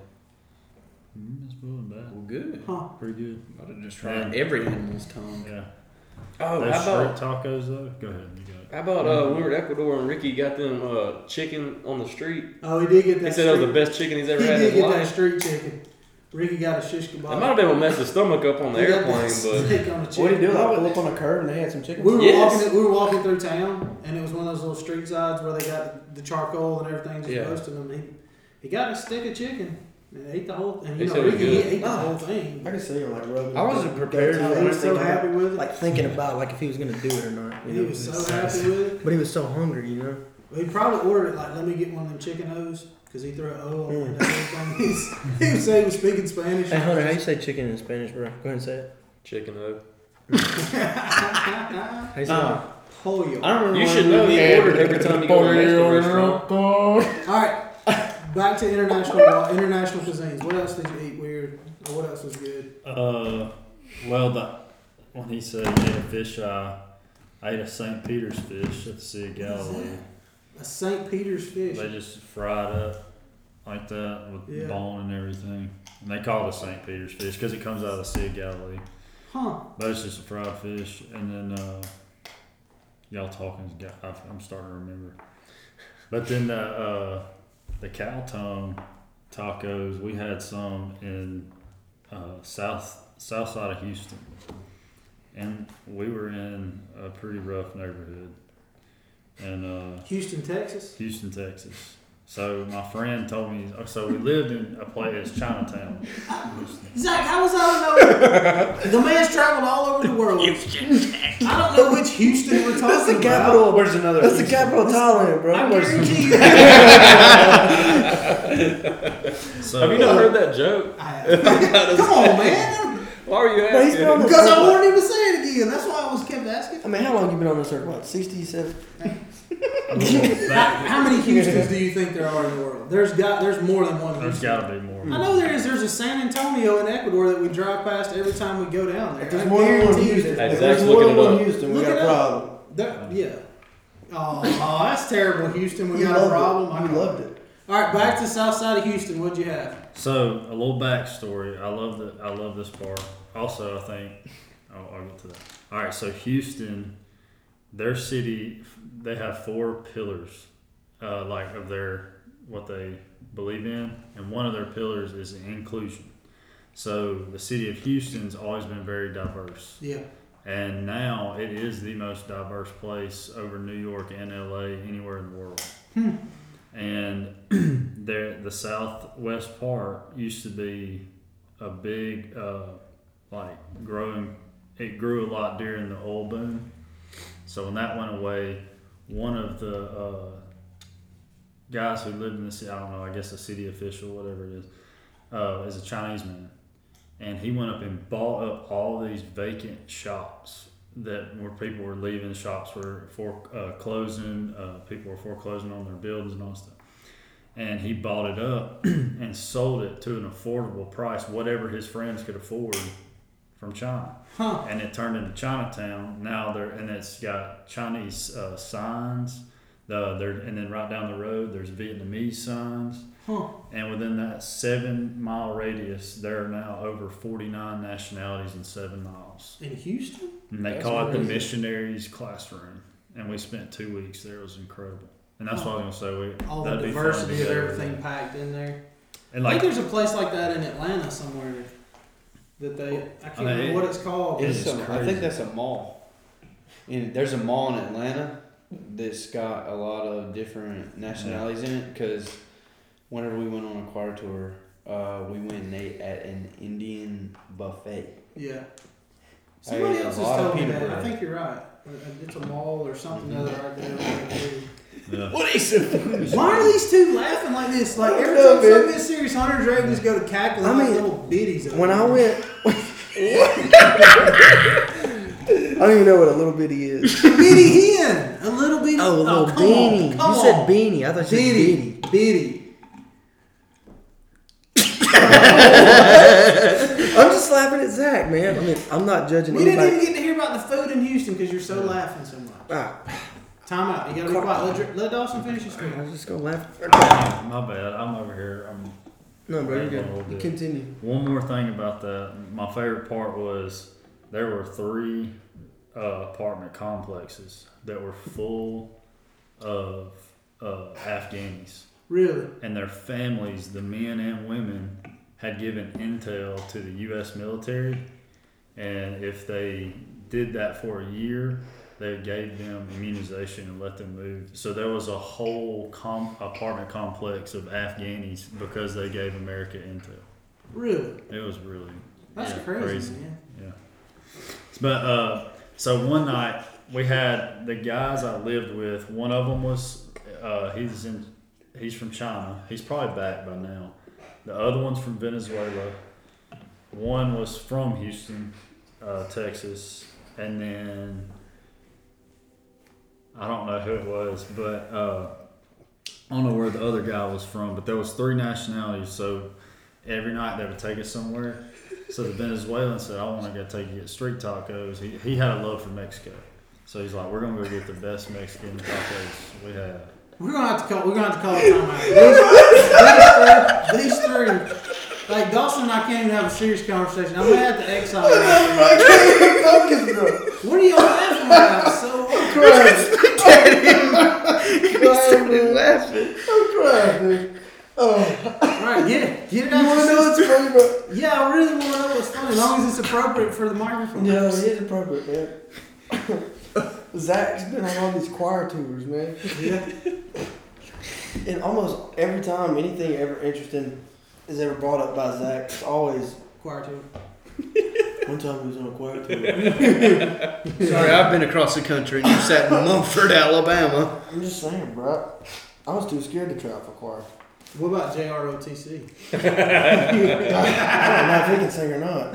S4: Mm, it's wasn't bad.
S5: Well, good.
S2: Huh.
S4: Pretty good.
S5: I'd have just tried
S4: Yeah.
S5: every animal's tongue.
S4: Yeah.
S3: Oh,
S4: Those
S3: how about
S4: shrimp tacos though. Go ahead. You got it.
S3: how about uh, when we were in Ecuador and Ricky got them uh, chicken on the street?
S2: Oh, he did get that.
S3: He said that was the
S2: street-
S3: best chicken he's ever
S2: He
S3: had in
S2: did
S3: his
S2: get that
S3: life.
S2: street chicken. Ricky got a shish
S3: It
S2: kebab.
S3: might have been what messed his stomach up on the
S2: He got
S3: airplane,
S2: that
S3: but
S2: steak on a
S1: What did he
S2: chicken.
S1: do? Like pull up on a curve and they had some chicken.
S2: We were
S3: Yes.
S2: walking. We were walking through town, and it was one of those little street sides where they got the charcoal and everything just
S5: Yeah.
S2: roasting them. He, he got a stick of chicken and ate the whole. And
S3: He
S2: you know,
S3: said it was
S2: Ricky he
S3: good.
S2: ate the
S5: Ah.
S2: whole thing.
S1: I can see him like rubbing.
S5: I wasn't prepared
S1: Go
S5: for
S1: to
S2: He
S1: it.
S2: was so happy with it.
S1: Like thinking about like if he was gonna do it or not. You
S2: He
S1: know?
S2: was so happy with it.
S1: But he was so hungry, you know.
S2: He probably ordered it like, let me get one of them chicken O's because he threw an O on
S1: Hmm.
S2: mm. thing. He was saying he was speaking Spanish.
S1: Hey Hunter, how you say chicken in Spanish, bro? Go ahead and say it.
S3: Chicken uh, O.
S1: How you say
S5: Uh,
S2: Pollo.
S5: I don't remember.
S3: You
S5: when
S3: should
S5: we
S3: know
S5: moved
S3: you
S5: in.
S3: ordered every time you go to a Mexican restaurant.
S2: All right, back to international law, international cuisines. What else did you eat weird? Or what else was good?
S4: Uh, well, the, when he said he ate a fish eye, I ate a St. Peter's fish at the Sea of Galilee.
S2: A St. Peter's fish.
S4: They just fried up like that with
S2: Yeah.
S4: bone and everything. And they call it a St. Peter's fish because it comes out of the Sea of Galilee.
S2: Huh.
S4: But it's just a fried fish. And then uh, y'all talking, has got- I've- I'm starting to remember. But then the, uh, the cow tongue tacos, we had some in uh, south south side of Houston. And we were in a pretty rough neighborhood. And uh,
S2: Houston, Texas.
S4: Houston, Texas. So my friend told me. uh, So we lived in a place,
S3: [laughs]
S4: it's Chinatown.
S2: Zach, how was I
S1: [laughs]
S2: don't know? the man's traveled all over the world. I don't know which Houston we're
S1: That's the
S2: talking about.
S1: capital.
S5: Where's another?
S1: That's the
S5: Houston?
S1: capital of Thailand,
S2: I
S1: bro. [laughs]
S2: guarantee you.
S4: So
S3: Have you not heard that joke?
S1: [laughs]
S2: I have. Come on, man.
S3: Why are you
S1: But he's been on
S3: asking?
S1: the
S2: Because I
S1: circuit.
S2: wanted him to say it again. That's why I was kept asking.
S1: I mean, how long you been on this circuit? What, 67?
S2: How,
S4: that,
S2: how many Houstons do you think there are in the world? There's got there's more than one.
S4: there's
S2: Houston.
S4: got to be more.
S2: I know there is. There's a San Antonio in Ecuador that we drive past every time we go down there.
S1: If there's
S2: I
S1: more than one
S2: guarantee you
S1: Houston,
S2: there's-
S1: if
S3: Zach's
S1: there's more
S3: looking
S1: than
S3: it
S1: one
S3: up.
S1: Houston, we
S2: Look
S1: got
S2: it
S1: a
S2: up.
S1: problem.
S2: there- yeah. Oh, oh, that's terrible, Houston. We
S1: You
S2: got a
S1: loved
S2: problem.
S1: It. You loved it.
S2: All right, back to South Side of Houston. What'd you have?
S4: So a little backstory. I love that. I love this part. Also, I think I'll, I'll get to that. All right. So Houston, their city, they have four pillars, uh, like of their what they believe in, and one of their pillars is inclusion. So the city of Houston's always been very diverse.
S2: Yeah.
S4: And now it is the most diverse place over New York and LA, anywhere in the world. And [clears throat] there, the southwest part used to be a big, uh, like growing. It grew a lot during the oil boom. So when that went away, one of the uh, guys who lived in the city, I don't know, I guess a city official, whatever it is, uh, is a Chinese man and he went up and bought up all these vacant shops that where people were leaving shops were for uh, closing uh, people were foreclosing on their buildings and all that stuff and he bought it up [clears throat] and sold it to an affordable price whatever his friends could afford from china
S2: Huh.
S4: and it turned into chinatown now they're and it's got chinese uh, signs the, there, and then right down the road there's vietnamese signs
S2: Huh.
S4: and within that seven mile radius, there are now over 49 nationalities in seven miles.
S2: In Houston?
S4: And they
S5: That's
S4: call it the
S5: crazy.
S4: missionaries classroom. And we spent two weeks there. It was incredible. And that's what I was going to say. We,
S2: All
S4: that'd
S2: the
S4: be fun
S2: diversity
S4: to
S2: of
S4: go to
S2: everything
S4: that.
S2: packed in there.
S4: And
S2: I
S4: like,
S2: think there's a place like that in Atlanta somewhere that they I can't
S4: I mean,
S2: remember what it's called.
S4: it-
S5: It's
S4: It's
S5: a, I
S4: crazy.
S5: think that's a mall. And there's a mall in Atlanta that's got a lot of different nationalities in it because whenever we went on a choir tour, uh, we went and ate at an Indian buffet.
S2: yeah. Somebody
S5: ate a
S2: else has
S5: lot of
S2: told me
S5: peanut
S2: that. I
S5: butter.
S2: think you're right. Uh, It's a mall or something
S1: Mm-hmm.
S2: other. I don't know.
S4: yeah.
S5: What is
S4: [laughs]
S5: it?
S2: Why are these two laughing like this? Like
S1: I don't
S2: every
S1: know,
S2: time something
S1: man.
S2: this serious, Hunter and Drake just go to cackling
S1: I
S2: like
S1: mean,
S2: little biddies. over
S1: When I
S2: there.
S1: went. [laughs] I don't even know what a little bitty is.
S2: bitty hen, a little bitty.
S1: [laughs] Oh, a little
S2: come
S1: beanie.
S2: on, come
S1: you said
S2: on.
S1: beanie. I thought you said
S2: Bitty,
S1: bitty.
S2: bitty.
S1: I'm just laughing at Zach, man. I mean, I'm not judging
S2: We didn't
S1: anybody.
S2: even get to hear about the food in Houston because you're so laughing so much.
S1: Ah,
S2: Time out. You gotta be quiet. Let, Dr- let Dawson finish his
S1: I
S2: story.
S1: was just gonna laugh.
S4: My bad. I'm over here. I'm
S1: No, bro, you're
S4: Hold on a
S1: good.
S4: little
S1: You
S4: bit.
S1: continue.
S4: One more thing about that. My favorite part was there were three uh, apartment complexes that were full of uh, Afghanis.
S2: Really?
S4: And their families, the men and women, had given intel to the U.S. military. And if they did that for a year, they gave them immunization and let them move. So there was a whole com- apartment complex of Afghanis because they gave America intel.
S2: Really?
S4: It was really
S2: That's
S4: yeah,
S2: crazy, man.
S4: Yeah. But uh, so one night we had the guys I lived with. One of them was uh, he's in. He's from China. He's probably back by now. The other one's from Venezuela. One was from Houston, uh, Texas, and then I don't know who it was, but uh, I don't know where the other guy was from. But there was three nationalities, so every night they would take us somewhere. So the Venezuelan said, "I want to go take you get street tacos." He, he had a love for Mexico, so he's like, "We're gonna go get the best Mexican tacos we have."
S2: We're gonna have to call. We're gonna have to call a timeout. These, these, three, these three, like Dawson and I can't even have a serious conversation. I'm gonna have to exile. you.
S1: [laughs] I can't even focus, bro.
S2: What are y'all laughing about? So what?
S1: Christ.
S5: started laughing.
S1: I'm crying, dude. Oh,
S2: All right, get it, get it
S1: you
S2: out.
S1: want to
S2: your
S1: know what's funny, bro?
S2: system. Yeah, I really want to know what's funny, as long as it's appropriate for the microphone.
S1: Yeah, it is appropriate, man. [coughs] Zach's been on all these choir tours, man.
S2: Yeah.
S1: And almost every time anything ever interesting is ever brought up by Zach, it's always
S2: Choir tour.
S1: one time he was on a choir tour.
S5: Sorry, I've been across the country and you sat in Mumford, Alabama.
S1: I'm just saying, bro. I was too scared to try out for
S4: [laughs]
S1: choir.
S2: What about JROTC?
S1: I don't know if he can sing or not.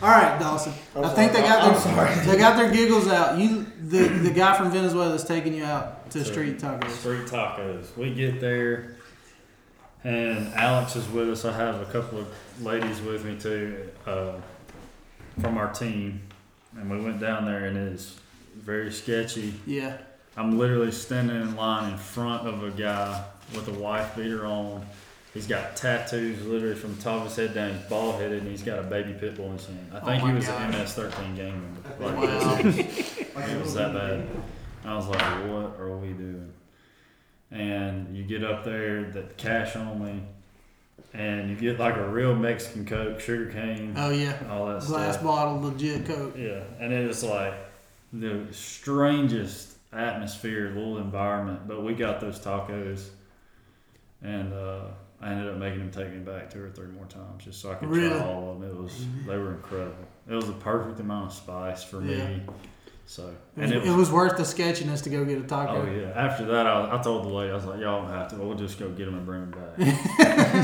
S2: All right, Dawson. i
S1: I'm
S2: think
S1: sorry.
S2: they got
S1: I'm
S2: their they got their giggles out. You the the guy from Venezuela's taking you out to
S4: Sure.
S2: street tacos.
S4: Street tacos. We get there, and Alex is with us. I have a couple of ladies with me too uh, from our team, and we went down there, and it's very sketchy.
S2: Yeah.
S4: I'm literally standing in line in front of a guy with a wife beater on. He's got tattoos literally from the top of his head down. He's bald headed and he's got a baby pit bull in his hand. I
S2: Oh
S4: think
S2: my
S4: he was
S2: God.
S4: an MS-13 gang member. Like
S2: Wow.
S4: this. [laughs] It was that bad. I was like, what are we doing? And you get up there, that cash only, and you get like a real Mexican Coke, sugar cane,
S2: Oh yeah.
S4: all that
S2: Glass
S5: uh,
S4: stuff.
S2: bottle, legit Coke.
S4: Yeah, and it was like the strangest atmosphere, little environment. But we got those tacos, and uh, I ended up making them take me back two or three more times just so I could
S2: Really? Mm-hmm.
S4: try all of them. It was they were incredible. It was the perfect amount of spice for me. So
S2: It was, it was worth the sketchiness to go get a taco.
S4: Oh yeah. After that, I, I told the lady, I was like, "Y'all don't have to. We'll just go get them and bring them
S2: [laughs]
S4: back."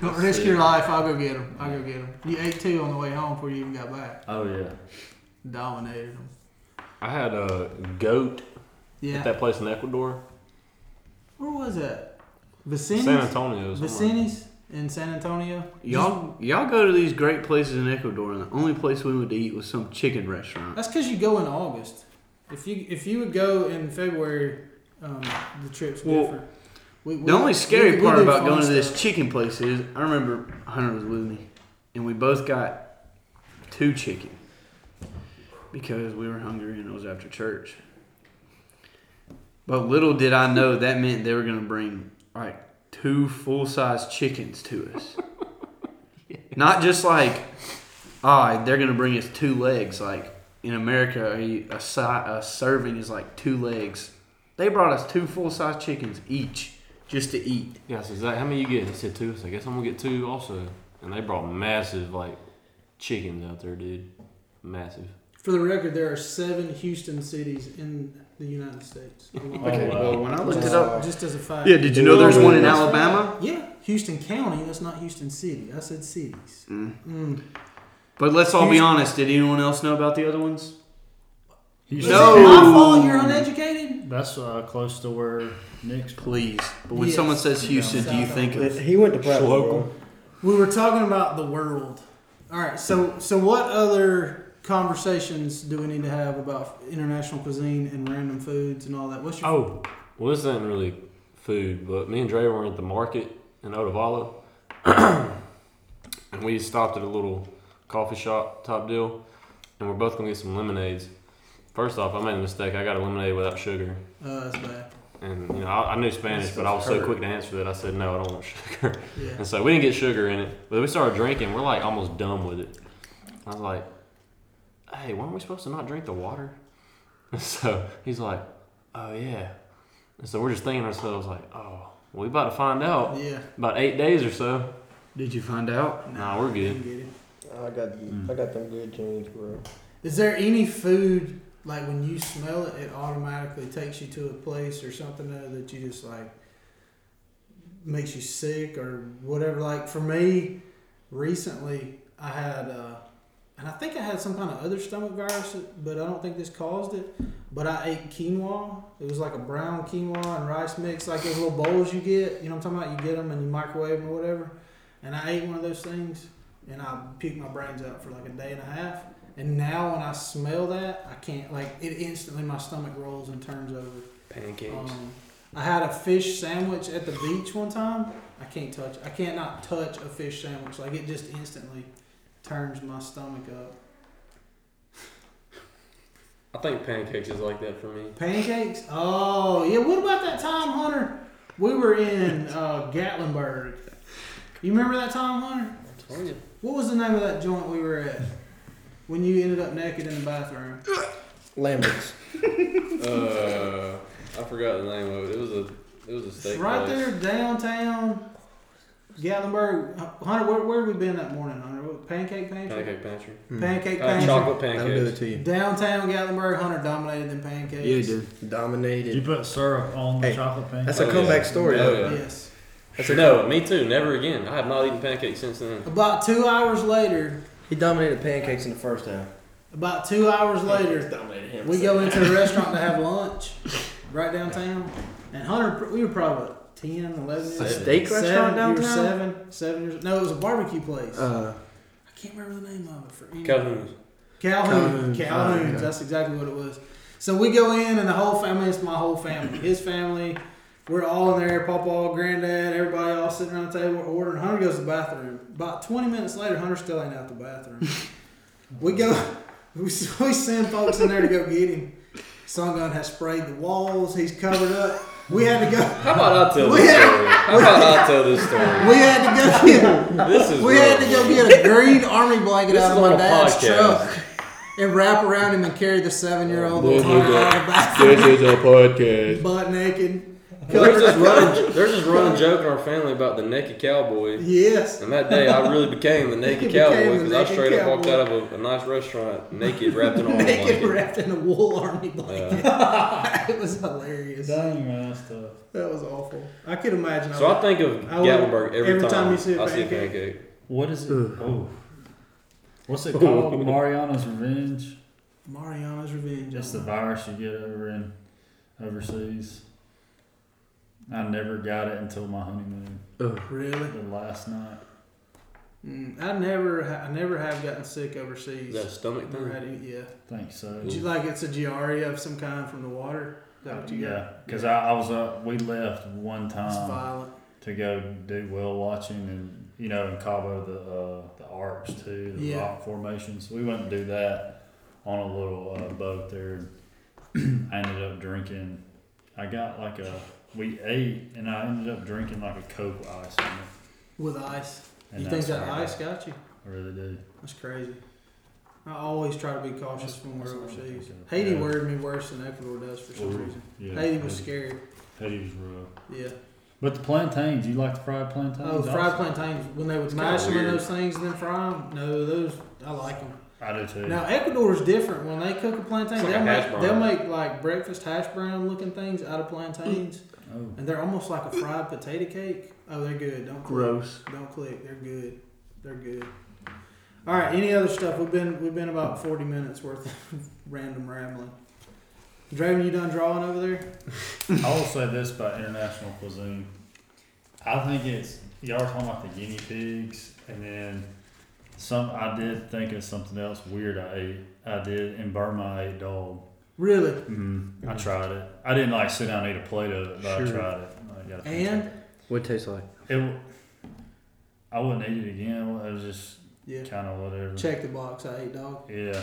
S2: Don't risk your life. I'll go get them. I'll go get them. You ate two on the way home before you even got back.
S4: oh yeah.
S2: Dominated them.
S6: I had a goat
S2: Yeah.
S6: at that place in Ecuador,
S2: Where was that?
S6: San
S2: Vicini's.
S6: Antonio. somewhere.
S2: Vicini's in San Antonio.
S5: Y'all, y'all go to these great places in Ecuador, and the only place we went to eat was some chicken restaurant.
S2: That's because you go in August. If you if you would go in February, um, the trip's
S5: Well,
S2: different. We, we-
S5: The only
S2: we-
S5: scary
S2: we
S5: part
S2: do
S5: about
S2: fun
S5: going to this
S2: stuff.
S5: chicken place is I remember Hunter was with me, and we both got two chicken because we were hungry and it was after church. But little did I know that meant they were going to bring like two full size chickens to
S2: [laughs]
S5: us. Not just like, ah, they're going to bring us two legs. Like in America, a, a, si- a serving is like two legs. They brought us two full size chickens each just to eat.
S6: Yeah, so Zach, how many you get? He said two. So I guess I'm gonna get two also. And they brought massive like chickens out there, dude. Massive.
S2: For the record, there are seven Houston cities in the United
S5: [laughs]
S2: States. alone.
S5: Okay,
S4: Oh, wow.
S5: well, when I looked
S2: just,
S5: it up.
S2: just as a fact.
S5: Yeah, did you know there's one in
S2: That's
S5: Alabama?
S2: right. Yeah, Houston County. That's not Houston City. I said cities.
S5: Mm.
S2: Mm.
S5: But let's all be
S2: Houston-
S5: honest. Did anyone else know about the other ones?
S4: He's
S2: Is it my fault you're uneducated?
S4: That's uh, close to where Nick's.
S5: Please. But when
S2: Yes.
S5: someone says Houston, do you
S2: South
S5: think of
S1: He went to practice.
S6: Local.
S1: Bro.
S2: We were talking about the world. All right. So so what other conversations do we need to have about international cuisine and random foods and all that? What's your
S6: Oh, well, this isn't really food, but me and Dre were at the market in Odavala, [clears throat] and we stopped at a little coffee shop type deal, and we're both gonna get some lemonades. First off, I made a mistake. I got a lemonade without sugar,
S2: Uh, that's bad.
S6: and you know I, I knew Spanish,
S1: This
S6: but I was so
S1: hurt.
S6: quick to answer that I said no, I don't want sugar. [laughs]
S2: Yeah.
S6: And so we didn't get sugar in it, but we started drinking. We're like almost done with it. I was like, "Hey, weren't we supposed to not drink the water?" [laughs] And so he's like, "Oh yeah." And so we're just thinking to ourselves like, "Oh, we about to find out
S2: Yeah.
S6: about eight days or so."
S5: Did you find out?
S6: Nah, we're
S2: I
S6: good.
S2: didn't get it.
S1: I got, I got them good tunes, bro.
S2: Is there any food like when you smell it, it automatically takes you to a place or something uh, that you just like makes you sick or whatever. Like for me, recently I had, uh, and I think I had some kind of other stomach virus, but I don't think this caused it. But I ate quinoa. It was like a brown quinoa and rice mix, like those little bowls you get. You know what I'm talking about? You get them and you microwave them or whatever. And I ate one of those things, and I puked my brains out for like a day and a half. And now when I smell that, I can't like it instantly. My stomach rolls and turns over.
S6: Pancakes.
S2: Um, I had a fish sandwich at the beach one time. I can't touch. I can't not touch a fish sandwich. Like it just instantly turns my stomach up.
S6: I think pancakes is like that for me.
S2: Pancakes. Oh yeah. What about that time, Hunter? We were in uh, Gatlinburg. You remember that time, Hunter?
S6: I'm telling you.
S2: What was the name of that joint we were at when you ended up naked in the bathroom?
S1: Lambert's.
S6: Uh, I forgot the name of it. It was a it was a
S2: It's
S6: steak.
S2: right
S6: place.
S2: there, downtown Gatlinburg. Hunter, where, where had we been that morning, Hunter? What, pancake pantry?
S6: Pancake pantry.
S2: Pancake
S6: Uh,
S2: pantry.
S6: chocolate
S5: That'll do it
S6: pancakes.
S5: to you.
S2: Downtown Gatlinburg, Hunter dominated them pancakes.
S5: You do.
S4: You
S1: Dominated.
S4: put syrup on the
S1: Hey,
S4: chocolate pancake.
S1: That's a
S6: Oh, yeah.
S1: comeback story.
S6: Oh,
S1: though.
S6: yeah.
S2: Yes.
S1: That's a
S6: No, me too. Never again. I have not eaten pancakes since then.
S2: About two hours later,
S1: He dominated pancakes in the first half.
S2: about two hours later,
S1: Dominated him.
S2: we go into a restaurant to have lunch right downtown. And Hunter, we were probably 10, 11 years
S1: a
S6: Seven.
S1: steak
S2: seven,
S1: restaurant
S2: You were
S1: downtown.
S2: seven, seven years No, it was a barbecue place.
S1: Uh,
S2: I can't remember the name of it. For any-
S6: Calhoun's.
S1: Calhoun.
S2: Calhoun. Calhoun's.
S1: Oh,
S2: That's exactly what it was. So we go in, and the whole family, it's my whole family, his family. We're all in there, Papa, Granddad, everybody all sitting around the table we're ordering. Hunter goes to the bathroom. About 20 minutes later, Hunter still ain't out
S1: [laughs]
S2: the bathroom. we go, [laughs] we, we send folks in there to go get him. Sun Gun has sprayed the walls, he's covered up. We had to go,
S6: How about I tell
S2: We
S6: this
S2: had-
S6: story? How about I tell this story?
S2: we had to go get
S6: This is
S2: We had to
S6: rough.
S2: go get a green army blanket
S6: This
S2: out
S6: is
S2: of my
S6: on a
S2: dad's
S6: podcast.
S2: truck and wrap around him and carry the seven year old
S6: This is
S2: butt
S6: is a podcast.
S2: naked.
S6: There's this running, there's this running joke in our family about the naked cowboy.
S2: Yes.
S6: And that day, I really became the
S2: [laughs]
S6: naked
S2: became
S6: cowboy
S2: the
S6: because I
S2: naked
S6: straight up walked
S2: cowboy.
S6: out of a, a nice restaurant naked,
S2: [laughs]
S6: wrapped in all Uh,
S2: Naked
S6: blanket.
S2: wrapped in a wool army
S6: [laughs]
S2: blanket. it was hilarious.
S4: Dang, man, that's tough.
S2: That was awful. I could imagine.
S6: So I think of
S2: I would-
S6: Gatlinburg every,
S2: every
S6: time,
S2: time you see a
S6: I see a
S2: pancake.
S6: pancake.
S4: What is it? Oh. What's it called? Mariana's Revenge?
S2: Mariana's Revenge.
S4: Just the virus you get over in overseas. I never got it until my honeymoon,
S2: Really?
S4: the last night.
S2: Mm, I never, ha- I never have gotten sick
S6: Is
S2: overseas.
S6: that a stomach
S2: Never
S6: thing?
S2: had any- yeah.
S4: I think so.
S2: Did you like it's a giardia of some kind from the water? Is that what you got?
S4: Yeah, because I, I was uh, we left one
S2: It's
S6: Uh,
S4: time
S2: violent.
S4: to go do whale watching, and you know in Cabo the uh, the arcs too, the
S2: Yeah.
S4: rock formations. We went to do that on a little uh, boat there. [clears throat] and I ended up drinking. I got like a we ate, and I ended up drinking like a Coke ice. In it.
S2: With ice.
S4: And
S2: You think
S4: that's
S2: that
S4: where I
S2: ice
S4: got-
S2: got you?
S4: I really do.
S2: That's crazy. I always try to be cautious when we're
S4: That's what I'm
S2: overseas.
S4: thinking.
S2: Haiti
S4: Yeah.
S2: worried me worse than Ecuador does for some
S4: Ooh,
S2: reason.
S4: Yeah,
S2: Haiti was scary.
S4: Haiti was rough.
S2: Yeah.
S4: But the plantains, you like the fried plantains?
S2: Oh, fried plantains. When they would
S6: It's
S2: mash
S6: kinda
S2: them in
S6: weird.
S2: those things and then fry them. No, those I like them.
S4: I do too.
S2: Now Ecuador's different. When they cook a plantain,
S6: It's like
S2: they'll
S6: a hash
S2: make
S6: brown.
S2: they'll make like breakfast hash brown looking things out of plantains,
S4: Oh.
S2: and they're almost
S4: [laughs]
S2: like a fried potato cake. Oh, they're good. Don't click.
S5: Gross.
S2: Don't click. They're good. They're good. All right. Any other stuff? We've been we've been about forty minutes worth of [laughs] random rambling. Draven, you done drawing over there?
S4: I will say this about international cuisine. I think it's y'all were talking about the guinea pigs, and then some. I did think of something else weird. I ate. I did in Burma. I ate dog.
S2: Really? Mm-hmm.
S4: Mm, I tried it. I didn't like sit down and eat a plate of it, but I
S5: Sure.
S4: tried it. I got a
S2: And?
S5: What tastes like?
S4: it. w- I wouldn't eat it again. It was just
S2: Yeah.
S4: kind of whatever.
S2: Check the box. I ate dog.
S4: Yeah.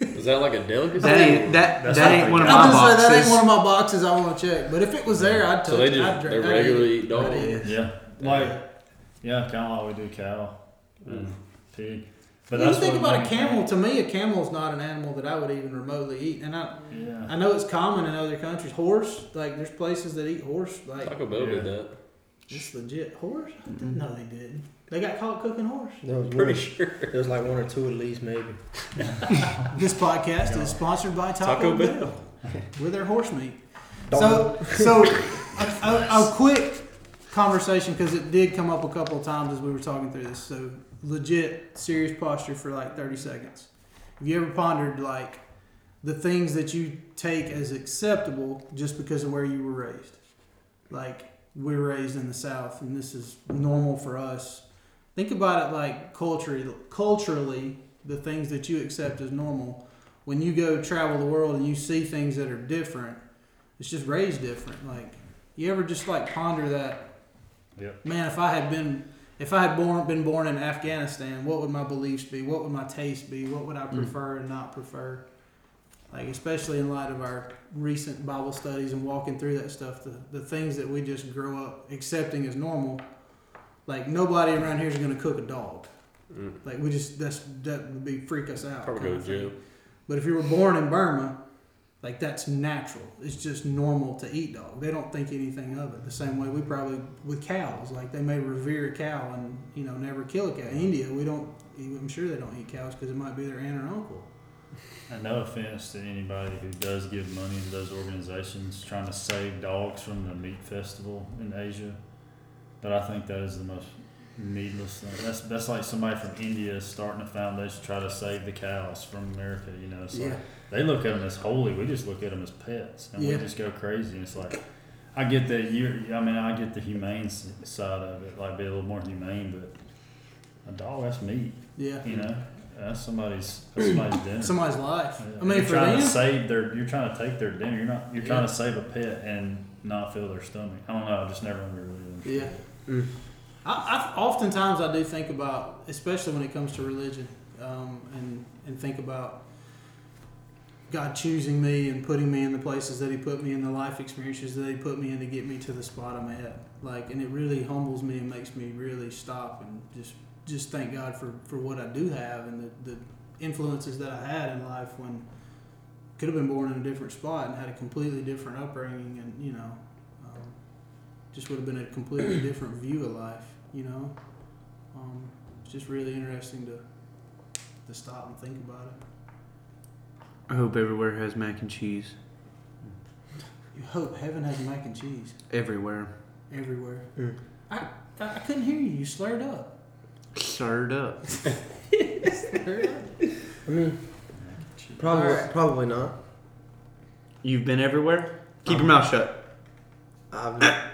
S6: Is that like a delicacy?
S5: That ain't that.
S4: That's
S5: that
S4: not
S5: ain't one of
S4: pretty.
S5: my
S2: I'm just saying that ain't
S5: boxes.
S2: one of my boxes I want to check. But if it was there, I'd touch.
S6: So they
S2: it. I'd
S6: just
S2: drink-
S6: they
S2: I'd
S6: regularly
S2: eat
S6: eat
S2: it.
S6: dog.
S2: I'd eat it.
S4: Yeah. Like. Yeah, kind of like we do cow
S6: Hmm.
S4: and pig.
S2: Mm.
S4: But
S2: when you
S4: that's
S2: think
S4: what
S2: about a
S4: made me
S2: camel,
S4: think-
S2: to me, a camel is not an animal that I would even remotely eat. And I,
S4: Yeah.
S2: I know it's common in other countries. Horse, like there's places that eat horse. Like
S6: Taco Bell did that.
S2: This legit horse? No, they didn't. They got caught cooking horse.
S1: There was
S3: Pretty
S1: one,
S3: sure.
S1: there was like one or two at least, maybe.
S2: This podcast is sponsored by Taco,
S3: Taco
S2: Bell.
S3: Bell.
S2: with their horse meat.
S1: Dog.
S2: So, so a, a, a quick conversation because it did come up a couple of times as we were talking through this. So, legit serious posture for like 30 seconds. Have you ever pondered like the things that you take as acceptable just because of where you were raised? Like, we were raised in the South and this is normal for us. Think about it like culturally, culturally the things that you accept as normal. When you go travel the world and you see things that are different, it's just raised different. Like you ever just like ponder that?
S4: Yep.
S2: Man, if I had been if I had born been born in Afghanistan, what would my beliefs be? What would my taste be? What would
S3: Mm.
S2: I prefer and not prefer? Like especially in light of our recent Bible studies and walking through that stuff, the, the things that we just grow up accepting as normal. Like nobody around here is going to cook a dog.
S6: Mm.
S2: Like we just that's that would be freak us out.
S3: Probably
S2: kinda
S3: go to jail.
S2: thing. But if you were born in Burma, like that's natural. It's just normal to eat dog. They don't think anything of it. The same way we probably with cows, like they may revere a cow and you know never kill a cow. In India, we don't. I'm sure they don't eat cows because it might be their aunt or uncle.
S4: And Uh, no offense to anybody who does give money to those organizations trying to save dogs from the meat festival in Asia, but I think that is the most needless thing. That's that's like somebody from India starting a foundation to try to save the cows from America. You know, it's like they look at them as holy. We just look at them as pets, and
S2: Yeah.
S4: we just go crazy. And it's like, I get that you. I mean, I get the humane s- side of it, like be a little more humane. But a dog, that's meat.
S2: yeah,
S4: You know, that's somebody's that's somebody's dinner.
S2: somebody's life.
S4: Yeah.
S2: I mean,
S4: you're
S2: for
S4: trying
S2: them,
S4: to save their. You're trying to take their dinner. You're not. You're
S2: Yeah.
S4: trying to save a pet and not fill their stomach. I don't know. I just never understood. it.
S2: Yeah. I, I oftentimes I do think about, especially when it comes to religion, um, and and think about God choosing me and putting me in the places that He put me in, the life experiences that He put me in to get me to the spot I'm at. Like, and it really humbles me and makes me really stop and just just thank God for for what I do have and the, the influences that I had in life when could have been born in a different spot and had a completely different upbringing and you know. Um, just would have been a
S1: [clears throat]
S2: completely different view of life, you know. Um, it's just really interesting to to stop and think about it.
S5: I hope everywhere has mac and cheese.
S2: You hope heaven has mac and cheese
S5: Everywhere.
S2: everywhere.
S1: Mm.
S2: I, I I couldn't hear you. You slurred up.
S5: Stirred up.
S2: Slurred up.
S1: I mean, probably
S2: Alright.
S1: probably not.
S5: You've been everywhere? Keep your mouth shut.
S1: I've, I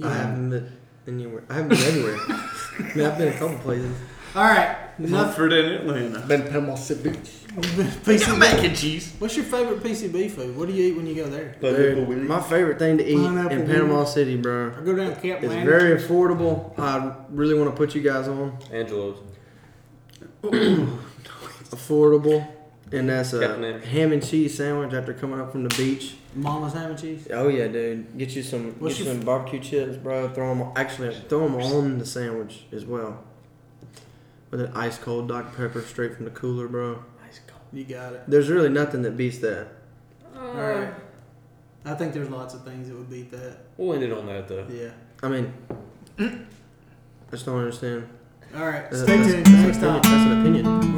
S1: haven't been anywhere. I haven't been [laughs] everywhere. I mean, I've been a couple places.
S2: All right. Enough.
S5: Mumford in Atlanta.
S1: Been Panama City Beach.
S2: [laughs] PCB.
S5: [laughs] mac and cheese.
S2: What's your favorite PCB food? What do you eat when you go there?
S1: Dude, my favorite thing to eat
S2: Pineapple
S1: in Panama
S2: Willie.
S1: City, bro.
S2: I go down to Camp
S1: It's
S2: Manor.
S1: very affordable. I really want to put you guys on
S3: Angelo's.
S1: affordable, and that's
S3: Captain
S1: a
S3: Anderson.
S1: ham and cheese sandwich after coming up from the beach.
S2: Mama's ham and cheese.
S1: Oh yeah, dude, get you some
S2: What's
S1: get you
S2: your
S1: some barbecue chips, bro. Throw them actually throw them on the sandwich as well. With an ice cold Dr Pepper straight from the cooler, bro.
S2: You got it.
S1: There's really nothing that beats that.
S2: All right. I think there's lots of things that would beat that.
S3: We'll end it on that though.
S2: Yeah.
S1: I mean, [clears throat] I just don't understand.
S2: All right.
S1: That's-
S2: Stay
S1: that's-
S2: tuned.
S1: Uh, that's an
S2: Next
S1: opinion-
S2: time.
S1: That's an opinion.
S2: We're